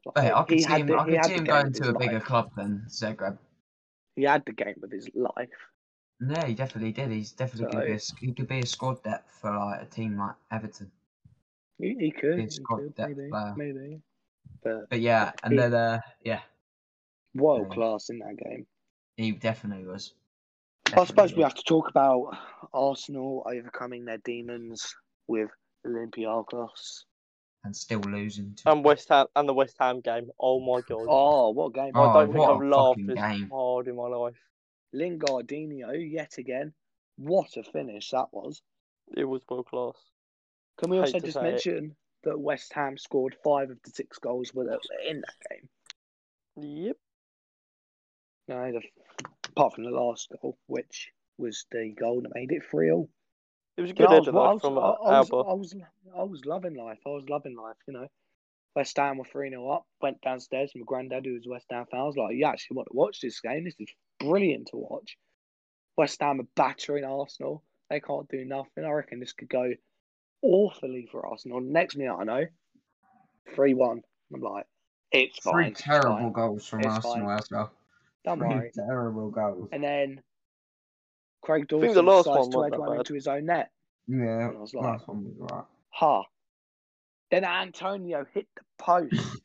D: But I could
A: He
D: see
A: had
D: him.
A: the-
D: I
A: he
D: could
A: had
D: see
A: the
D: him
A: game
D: going
A: of his
D: to a bigger
A: life.
D: club than Zagreb.
A: He had the game of his life.
D: Yeah, he definitely did. He's definitely could be. A, s- he could be a squad depth for like a team like Everton.
A: He, he could,
D: He's
A: he
D: got
A: could,
D: depth
A: maybe,
D: there.
A: maybe. But
D: But yeah, and
A: He-
D: then uh, yeah,
A: world
D: Yeah.
A: class in that game.
D: he definitely was.
A: I suppose we
D: Definitely was.
A: have to talk about Arsenal overcoming their demons with Olympiacos.
D: and still losing. To
C: And West Ham and the West Ham game. Oh my god!
A: Oh, what game!
C: I
D: Oh,
C: don't think
D: what
C: I've
D: a
C: laughed
D: fucking
C: as
D: game.
C: hard in my life.
A: Lingardinho yet again. What a finish that was.
C: It was world class.
A: Can we
C: Hate
A: also
C: to
A: just
C: say it.
A: mention that West Ham scored five of the six goals with it in that game?
C: Yep.
A: No, the, apart from the last goal, which was the goal that made it three all.
C: It was a
A: You
C: good
A: know, I was,
C: header
A: I
C: though
A: was,
C: from
A: I,
C: uh,
A: I was,
C: Alba.
A: I was, I was loving life. I was loving life. You know, West Ham were three 0 up. Went downstairs, and my granddad, who was a West Ham fan, was like, "You actually want to watch this game? This is brilliant to watch." West Ham are battering Arsenal. They can't do nothing. I reckon this could go awfully for Arsenal. Next minute, I know, three one. I'm like, it's
D: Three
A: fine. it's
D: terrible
A: fine.
D: goals from
A: It's
D: Arsenal
A: fine.
D: as well.
A: Don't
D: Three
A: worry.
D: terrible goals.
A: And then Craig
C: think
A: Dawson
C: the last
A: decides
C: one
A: to
C: wasn't
A: head
C: that
A: one
C: bad.
A: into his own net.
D: Yeah,
A: And I was like,
D: last one was right.
A: ha. Then Antonio hit the post.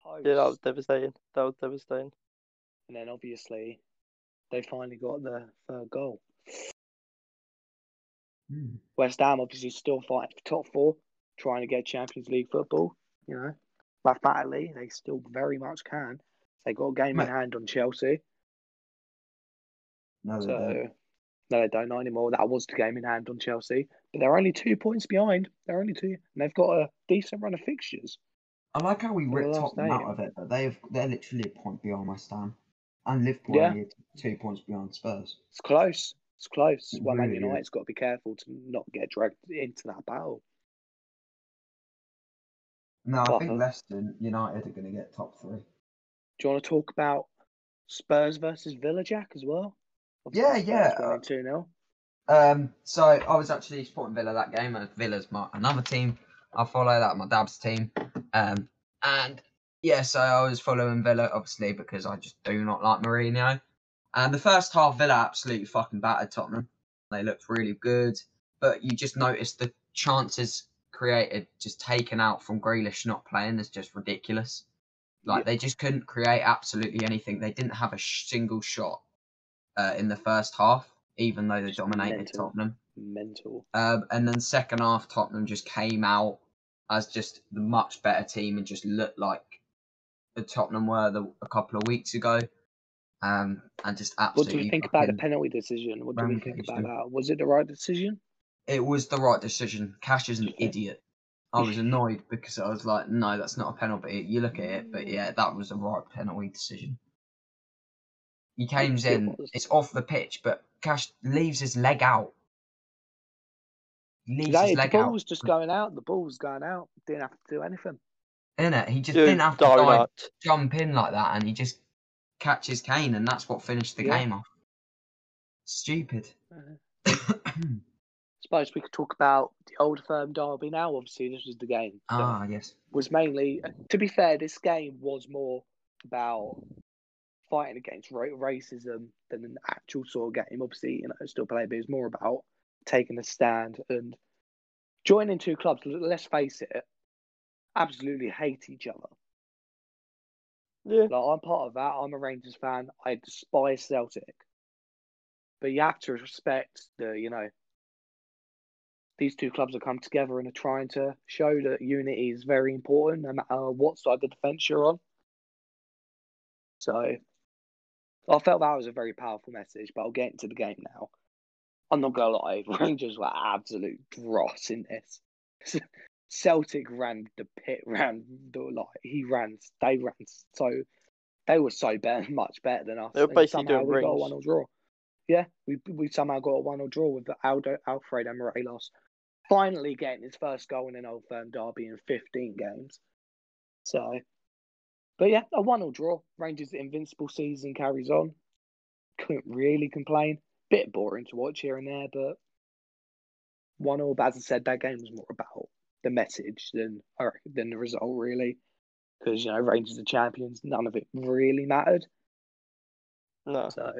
A: post.
C: Yeah, that was devastating. That was devastating.
A: And then obviously they finally got the third goal.
D: Hmm.
A: West Ham obviously still fighting for top four, trying to get Champions League football. You know, mathematically they still very much can. They got a game in
D: Mate.
A: hand on Chelsea,
D: No, they don't.
A: so no, they don't not anymore. That was the game in hand on Chelsea, but they're only two points behind. They're only two, and they've got a decent run of fixtures.
D: I like how we
A: Well,
D: ripped
A: that's
D: Tottenham out
A: it.
D: of it, but they've they're literally a point behind West Ham, and Liverpool
A: Yeah.
D: only are two points behind Spurs.
A: It's close. It's close.
D: It
A: Well, Man
D: really is.
A: United's got to be careful to not get dragged into that battle.
D: No, I
A: Well,
D: think
A: uh,
D: Leicester and United are going to get top three.
A: Do you want to talk about Spurs versus Villa, Jack, as well?
D: Yeah, yeah,
A: Spurs
D: uh,
A: winning 2 0.
D: Um, so I was actually supporting Villa that game, and Villa's my another team. I follow that my dad's team, um, and yeah, so I was following Villa obviously because I just do not like Mourinho. And the first half, Villa absolutely fucking battered Tottenham. They looked really good, but you just noticed the chances created, just taken out from Grealish not playing, is just ridiculous. Like
A: Yeah.
D: they just couldn't create absolutely anything. They didn't have a sh- single shot uh, in the first half, even though they
A: Just
D: dominated
A: mental.
D: Tottenham.
A: Mental.
D: Um, and then second half, Tottenham just came out as just the much better team and just looked like the Tottenham were the, a couple of weeks ago. Um, and just
A: What
D: absolutely.
A: do we think about the
D: fucking-
A: penalty decision? What do we think
D: rampaged
A: about
D: them.
A: that? Was it the right decision?
D: It was the right decision. Cash is an
A: Okay.
D: idiot. I was annoyed because I was like, no, that's not a penalty. You look at it, but yeah, that was the right penalty decision. He came
A: Yes, it
D: in,
A: was.
D: it's off the pitch, but Cash leaves his leg out. He leaves
A: No,
D: his
A: the
D: leg
A: ball
D: out.
A: was just going out. The ball was going out. Didn't have to do anything.
D: In it, he just
C: Dude,
D: didn't have to dive
C: donut.
D: jump in like that and he just catches Kane and that's what finished the
A: Yeah.
D: game off. Stupid.
A: Uh,
D: Ah,
A: suppose we could talk about the old firm derby now. Obviously, this was the game. that
D: Ah, yes.
A: was mainly, to be fair, this game was more about fighting against ra- racism than an actual sort of game. Obviously, you know, it's still play, but it's more about taking a stand and joining two clubs. l- Let's face it, absolutely hate each other.
C: Yeah.
A: Like I'm part of that. I'm a Rangers fan. I despise Celtic, but you have to respect the you know these two clubs have come together and are trying to show that unity is very important, no matter what side of the defence you're on. So I felt that was a very powerful message, but I'll get into the game now. I'm not gonna lie, Rangers were absolute dross in this. Celtic ran the pit, ran the like he ran, they ran so they were so better, much better than us.
C: They were
A: and
C: basically
A: somehow
C: doing
A: we got a
C: rings.
A: one 0 draw. Yeah, we we somehow got a one 0 draw with Aldo Alfredo Morelos finally getting his first goal in an Old Firm derby in 15 games. So, but yeah, a one 0 draw. Rangers' invincible season carries on. Couldn't really complain. Bit boring to watch here and there, but one all. But as I said, that game was more about the message than or than the result really, because you know Rangers are champions. None of it really mattered.
C: No.
A: So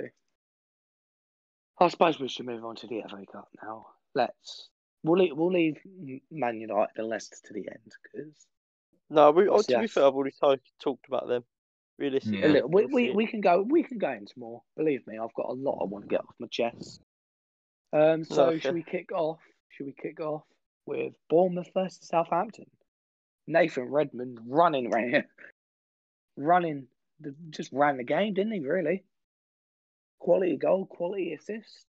A: I suppose we should move on to the FA Cup now. Let's we'll leave, we'll leave Man United and Leicester to the end because
C: No, we, oh,
A: What's
C: to
A: the
C: be
A: ass-
C: fair, I've already talk, talked about them. Realistically.
D: Yeah.
A: a little, we,
C: we'll
A: we
C: see.
A: we can go we can go into more. Believe me, I've got a lot I want to get off my chest. Um, so
C: okay.
A: should we kick off? Should we kick off with Bournemouth versus Southampton? Nathan Redmond running ran, running the, just ran the game, didn't he? Really, quality goal, quality assist.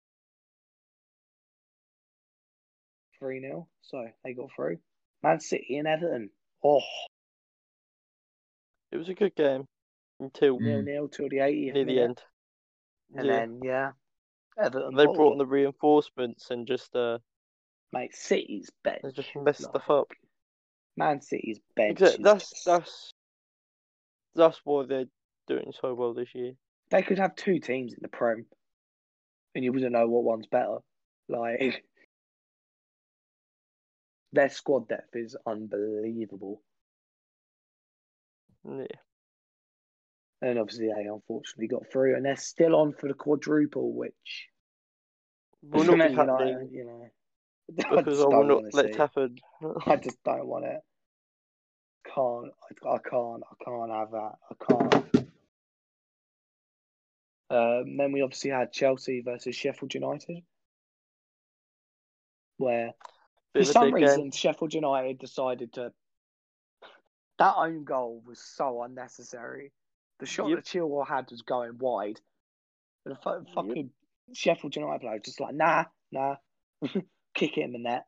A: Three 0 so they got through. Man City and Everton. Oh,
C: It was a good game until
D: Mm.
A: nil nil till the 80th
C: near the
A: minute.
C: end.
A: and
C: yeah.
A: then yeah, Everton
C: they
A: bottled
C: brought in
A: it.
C: the reinforcements and just uh,
A: mate City's bench.
C: they just messed
A: like,
C: stuff up.
A: Man City's bench.
C: Exactly.
A: is
C: That's
A: just-
C: that's that's why they're doing so well this year.
A: They could have two teams in the Prem, and you wouldn't know what one's better. Like their squad depth is unbelievable,
C: Yeah.
A: and obviously they unfortunately got through, and they're still on for the quadruple, which
C: Will not
A: Man
C: be happening
A: United, you know. I
C: because
A: just
C: I will
A: don't
C: not
A: want to
C: let
A: see.
C: it
A: it.
C: happen.
A: I just don't want it. Can't. I, I can't. I can't have that. I can't. Um, then we obviously had Chelsea versus Sheffield United, where
C: Bit of
A: for
C: a
A: some
C: dead game.
A: reason Sheffield United decided to. That own goal was so unnecessary. The shot
C: Yep.
A: that Chilwell had was going wide. And the fu- fucking Sheffield United player was just like, nah, nah, kick it in the net.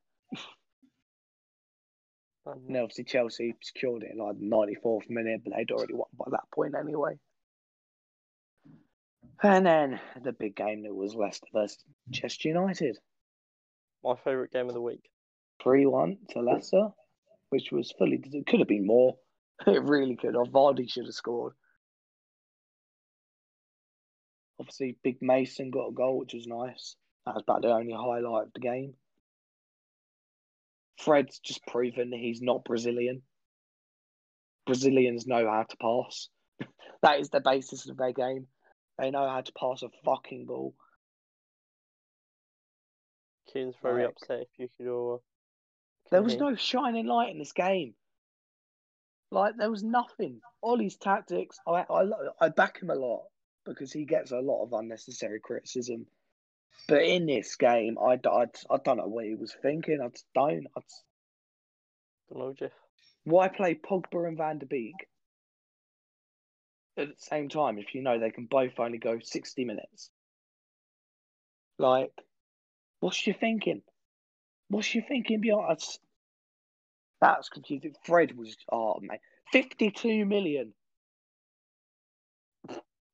A: And then obviously Chelsea secured it in like the 94th minute, but they'd already won by that point anyway. And then the big game that was Leicester versus Chester United.
C: My favourite game of the week.
A: 3 1 to Leicester, which was fully, it could have been more. It really could have. Vardy should have scored. Obviously, Big Mason got a goal, which was nice. That was about the only highlight of the game. Fred's just proven that he's not Brazilian. Brazilians know how to pass. that is the basis of their game. They know how to pass a fucking ball.
C: Keen's very
A: Like-
C: upset if you could all. uh,
A: There was no shining light in this game. Like there was nothing. Ollie's tactics, I, I lo- I back him a lot because he gets a lot of unnecessary criticism. But in this game, I, d- I, d- I don't know what he was thinking. I just don't. I just-
C: no Jeff.
A: why play Pogba and Van der Beek at the same time if you know they can both only go sixty minutes? Like, what's your thinking? What's your thinking beyond us? That's confusing. Fred was oh mate, fifty-two million.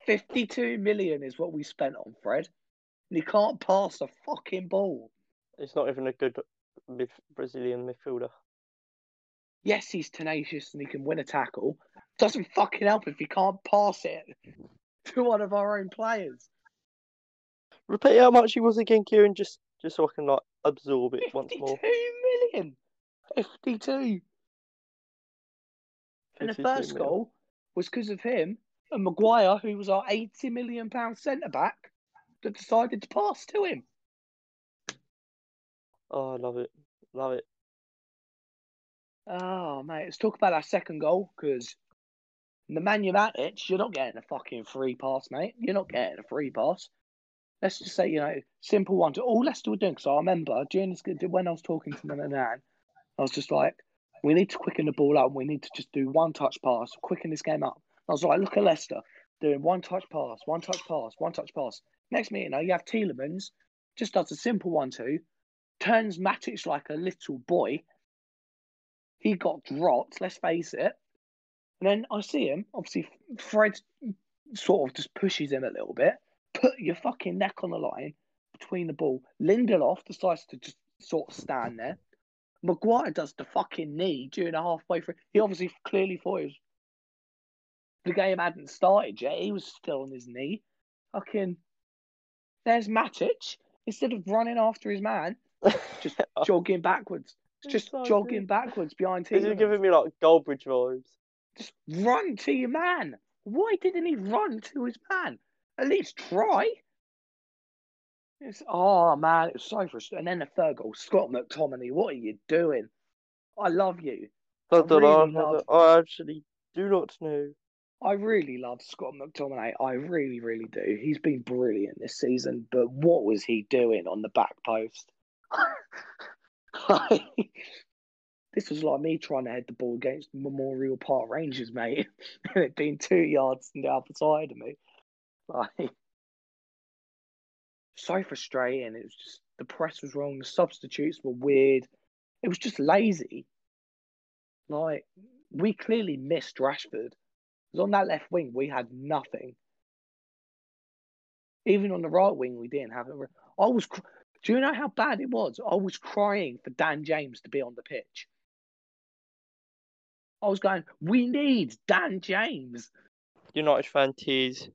A: Fifty-two million is what we spent on Fred. And he can't pass a fucking ball.
C: It's not even a good midf- Brazilian midfielder.
A: Yes, he's tenacious and he can win a tackle. Doesn't fucking help if he can't pass it to one of our own players.
C: Repeat how much he was again, Kieran, just just so I can like absorb it once
A: 52
C: more.
A: million. 52. And the
C: 52
A: first
C: mil.
A: goal was because of him and Maguire, who was our 80 million pound centre back, that decided to pass to him.
C: Oh, I love it, love it.
A: Oh, mate, let's talk about our second goal because the Man United, you're not getting a fucking free pass, mate. You're not getting a free pass. Let's just say, you know, simple one to all Leicester were doing. Because I remember during this, when I was talking to my nan, I was just like, we need to quicken the ball up. We need to just do one touch pass, quicken this game up. I was like, look at Leicester doing one touch pass, one touch pass, one touch pass. Next minute, you know, you have Tielemans, just does a simple one two, turns Matic like a little boy he got dropped, let's face it. And then I see him, obviously, Fred sort of just pushes him a little bit. Put your fucking neck on the line between the ball. Lindelof decides to just sort of stand there. Maguire does the fucking knee during the halfway through. He obviously clearly thought it was, the game hadn't started yet. He was still on his knee. Fucking, there's Matic. Instead of running after his man, just jogging backwards.
C: It's
A: Just
C: Oh, so
A: jogging
C: good.
A: backwards behind
C: This is
A: Tielemans.
C: giving me like Goldbridge vibes.
A: Just run to your man. Why didn't he run to his man? At least try. It's, oh man, it was so frustrating. And then the third goal, Scott McTominay. What are you doing? I love you.
C: I,
A: really love-
C: I actually do not know.
A: I really love Scott McTominay. I really, really do. He's been brilliant this season, but what was he doing on the back post? Like, this was like me trying to head the ball against Memorial Park Rangers, mate, and it being two yards on the other side of me. Like, so frustrating. It was just the press was wrong. The substitutes were weird. It was just lazy. Like we clearly missed Rashford. 'Cause on that left wing, we had nothing. Even on the right wing, we didn't have it. I was. cr- Do you know how bad it was? I was crying for Dan James to be on the pitch. I was going, we need Dan James.
C: United fan tears.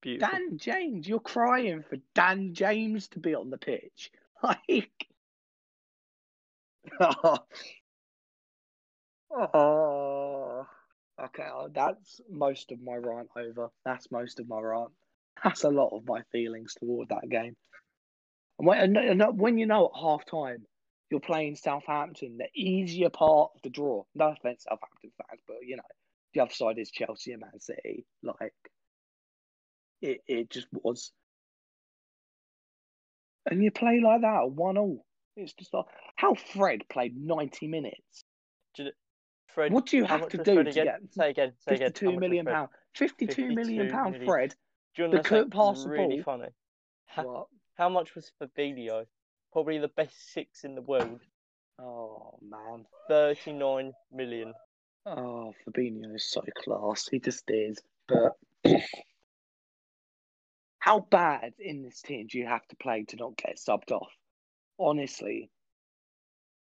C: Beautiful.
A: Dan James, you're crying for Dan James to be on the pitch. Like, oh, okay, oh, that's most of my rant over. That's most of my rant. That's a lot of my feelings toward that game. And when, and- and when you know at half time you're playing Southampton, the easier part of the draw. No offense, Southampton fans, but you know the other side is Chelsea and Man City. Like it, it just was. And you play like that, one all. It's just like how Fred played ninety minutes.
C: Fred,
A: What do you
C: how
A: have
C: much
A: to
C: was
A: do
C: Fred
A: to
C: again?
A: get
C: Say again. Say again.
A: fifty-two million pound, fifty-two million
C: 52
A: pound
C: million.
A: Fred?
C: John,
A: that couldn't pass the
C: really
A: ball?
C: funny. Ha-
A: What?
C: How much was Fabinho? Probably the best six in the world.
A: Oh man.
C: 39 million.
A: Oh, Fabinho is so class. He just is. But how bad in this team do you have to play to not get subbed off? Honestly,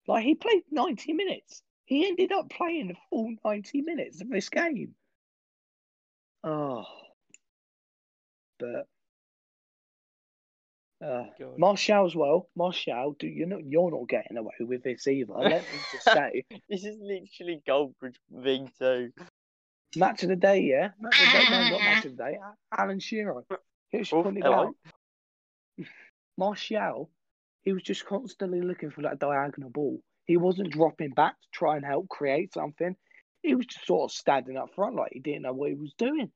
A: like he played ninety minutes. He ended up playing the full ninety minutes of this game. Oh, but uh,
C: God.
A: Martial as well. Martial, do you know you're not getting away with this either? Let me just say,
C: This is literally Goldbridge V2.
A: match of the day, yeah, match of the day. No, not match of the day. Alan Shearer. He was
C: Oh,
A: pointed
C: hello.
A: out. Martial, he was just constantly looking for that diagonal ball. He wasn't dropping back to try and help create something. He was just sort of standing up front like he didn't know what he was doing.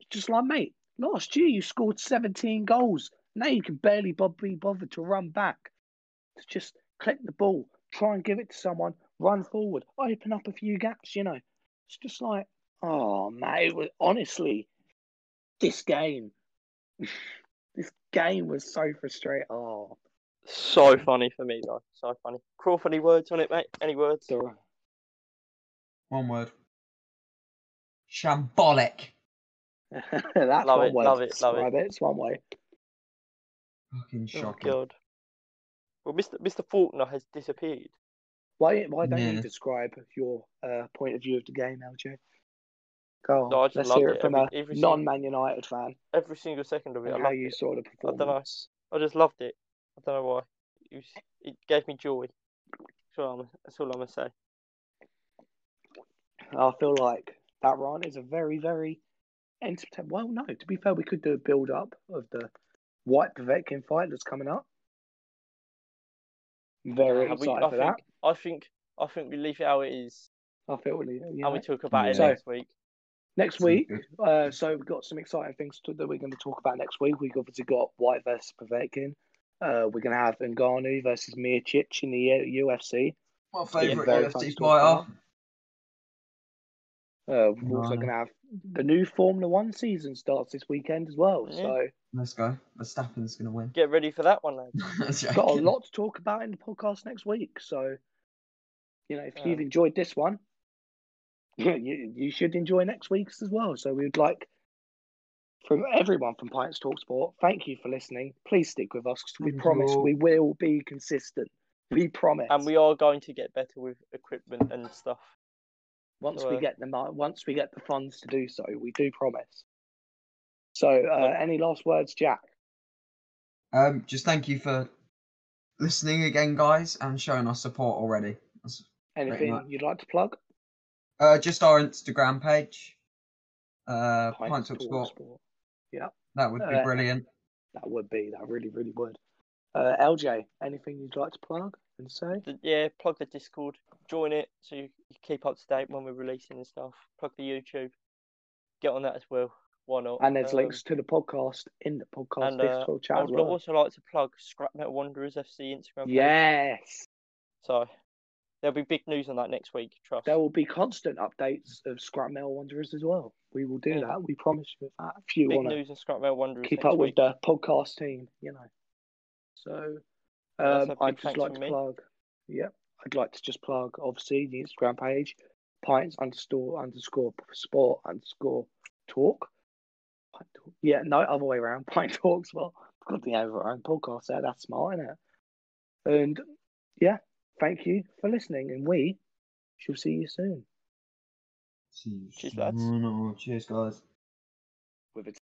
A: It's just like, mate, last year you scored 17 goals. Now you can barely bo- be bothered to run back. To just collect the ball, try and give it to someone, run forward, open up a few gaps, you know. It's just like, oh, mate, it was, honestly, this game, this game was so frustrating. Oh.
C: So funny for me, though. So funny. Crawford, any words on it, mate? Any words?
A: The-
D: One word. Shambolic.
A: That's
C: Love
A: one
C: it,
A: way.
C: love it, love
A: Describe It's one way.
D: Fucking
C: Oh,
D: shocking.
C: God. Well, Mr. Mr. Faulkner has disappeared.
A: Why? Why don't you
D: Yeah.
A: describe your uh, point of view of the game, LJ? Go on.
C: No, I just
A: Let's
C: loved
A: hear it
C: it.
A: from
C: Every-
A: a
C: every single-
A: non-Man United fan
C: Every single second of it, I
A: and how
C: loved
A: you
C: it.
A: saw the
C: I don't
A: performance.
C: know. I just loved it. I don't know why. It, was, it gave me joy. That's all I'm, that's all I'm gonna say.
A: I feel like that run is a very, very entertaining. Well, no, to be fair, we could do a build-up of the White Povetkin fight that's coming up. Very
C: Nah, we-
A: excited
C: I
A: for
C: think,
A: that.
C: I think I think we leave it how it is,
A: I feel really. You
C: and
A: know.
C: we talk about it
D: Yeah.
C: next week.
A: Next
D: Sounds
A: week,
D: good.
A: uh, so we've got some exciting things to, that we're going to talk about next week. We've obviously got White versus Povetkin. Uh, we're going to have Ngannou versus Miocic in the U- UFC.
D: My
A: be
D: favourite
A: very fun
D: UFC
A: to talk about.
D: fighter.
A: Uh, we're also
D: Ngannou.
A: going to have the new Formula One season starts this weekend as well. So
D: Let's go. Verstappen's gonna win.
C: Get ready for that one, lads.
A: got a lot to talk about in the podcast next week. So you know, if you've
C: Um,
A: enjoyed this one, you you should enjoy next week's as well. So we would like from everyone from Pints Talk Sport, thank you for listening. Please stick with us 'cause we
D: Thank
A: promise
D: you.
A: we will be consistent. We promise.
C: And we are going to get better with equipment and stuff.
A: once
C: so,
A: we
C: uh,
A: get the mo- once we get the funds to do so, we do promise. So, uh, any last words, Jack?
D: Um, just thank you for listening again, guys, and showing us support already. That's-
A: Anything
D: much.
A: you'd like to plug?
D: Uh, just our Instagram page, uh,
A: Pints
D: Pint Talk
A: Talk
D: Sport.
A: Sport.
D: That would be
A: Uh,
D: brilliant.
A: That would be that really really would. Uh, LJ, anything you'd like to plug and say?
C: th- yeah, plug the Discord, join it so you, you keep up to date when we're releasing and stuff. Plug the YouTube, get on that as well. Why not?
A: And there's
C: Um,
A: links to the podcast in the podcast
C: and, uh,
A: Discord
C: I
A: chat as
C: would
A: well.
C: also like to plug Scrap Metal Wanderers FC Instagram. page.
A: Yes.
C: So there'll be big news on that next week. Trust.
A: There will be constant updates of Scrap Metal Wanderers as well. We will do
C: Yeah.
A: that. We promise you that if you
C: big
A: want to
C: news on Scrap Metal Wanderers.
A: keep
C: next
A: up with
C: week.
A: the podcast team, you know. So
C: Well,
A: um,
C: that's a big
A: I'd just
C: thanks
A: like
C: from
A: to
C: me.
A: plug, yep, I'd like to just plug, obviously, the Instagram page, pints underscore underscore sport underscore talk. Pint Talk- Yeah, no, other way around. Pint Talks. Well, I've got the over own podcast there. That's smart, isn't it? And yeah, thank you for listening, and we shall see you soon.
D: Cheers,
C: Cheers, lads.
D: No, no, cheers, guys.
A: With a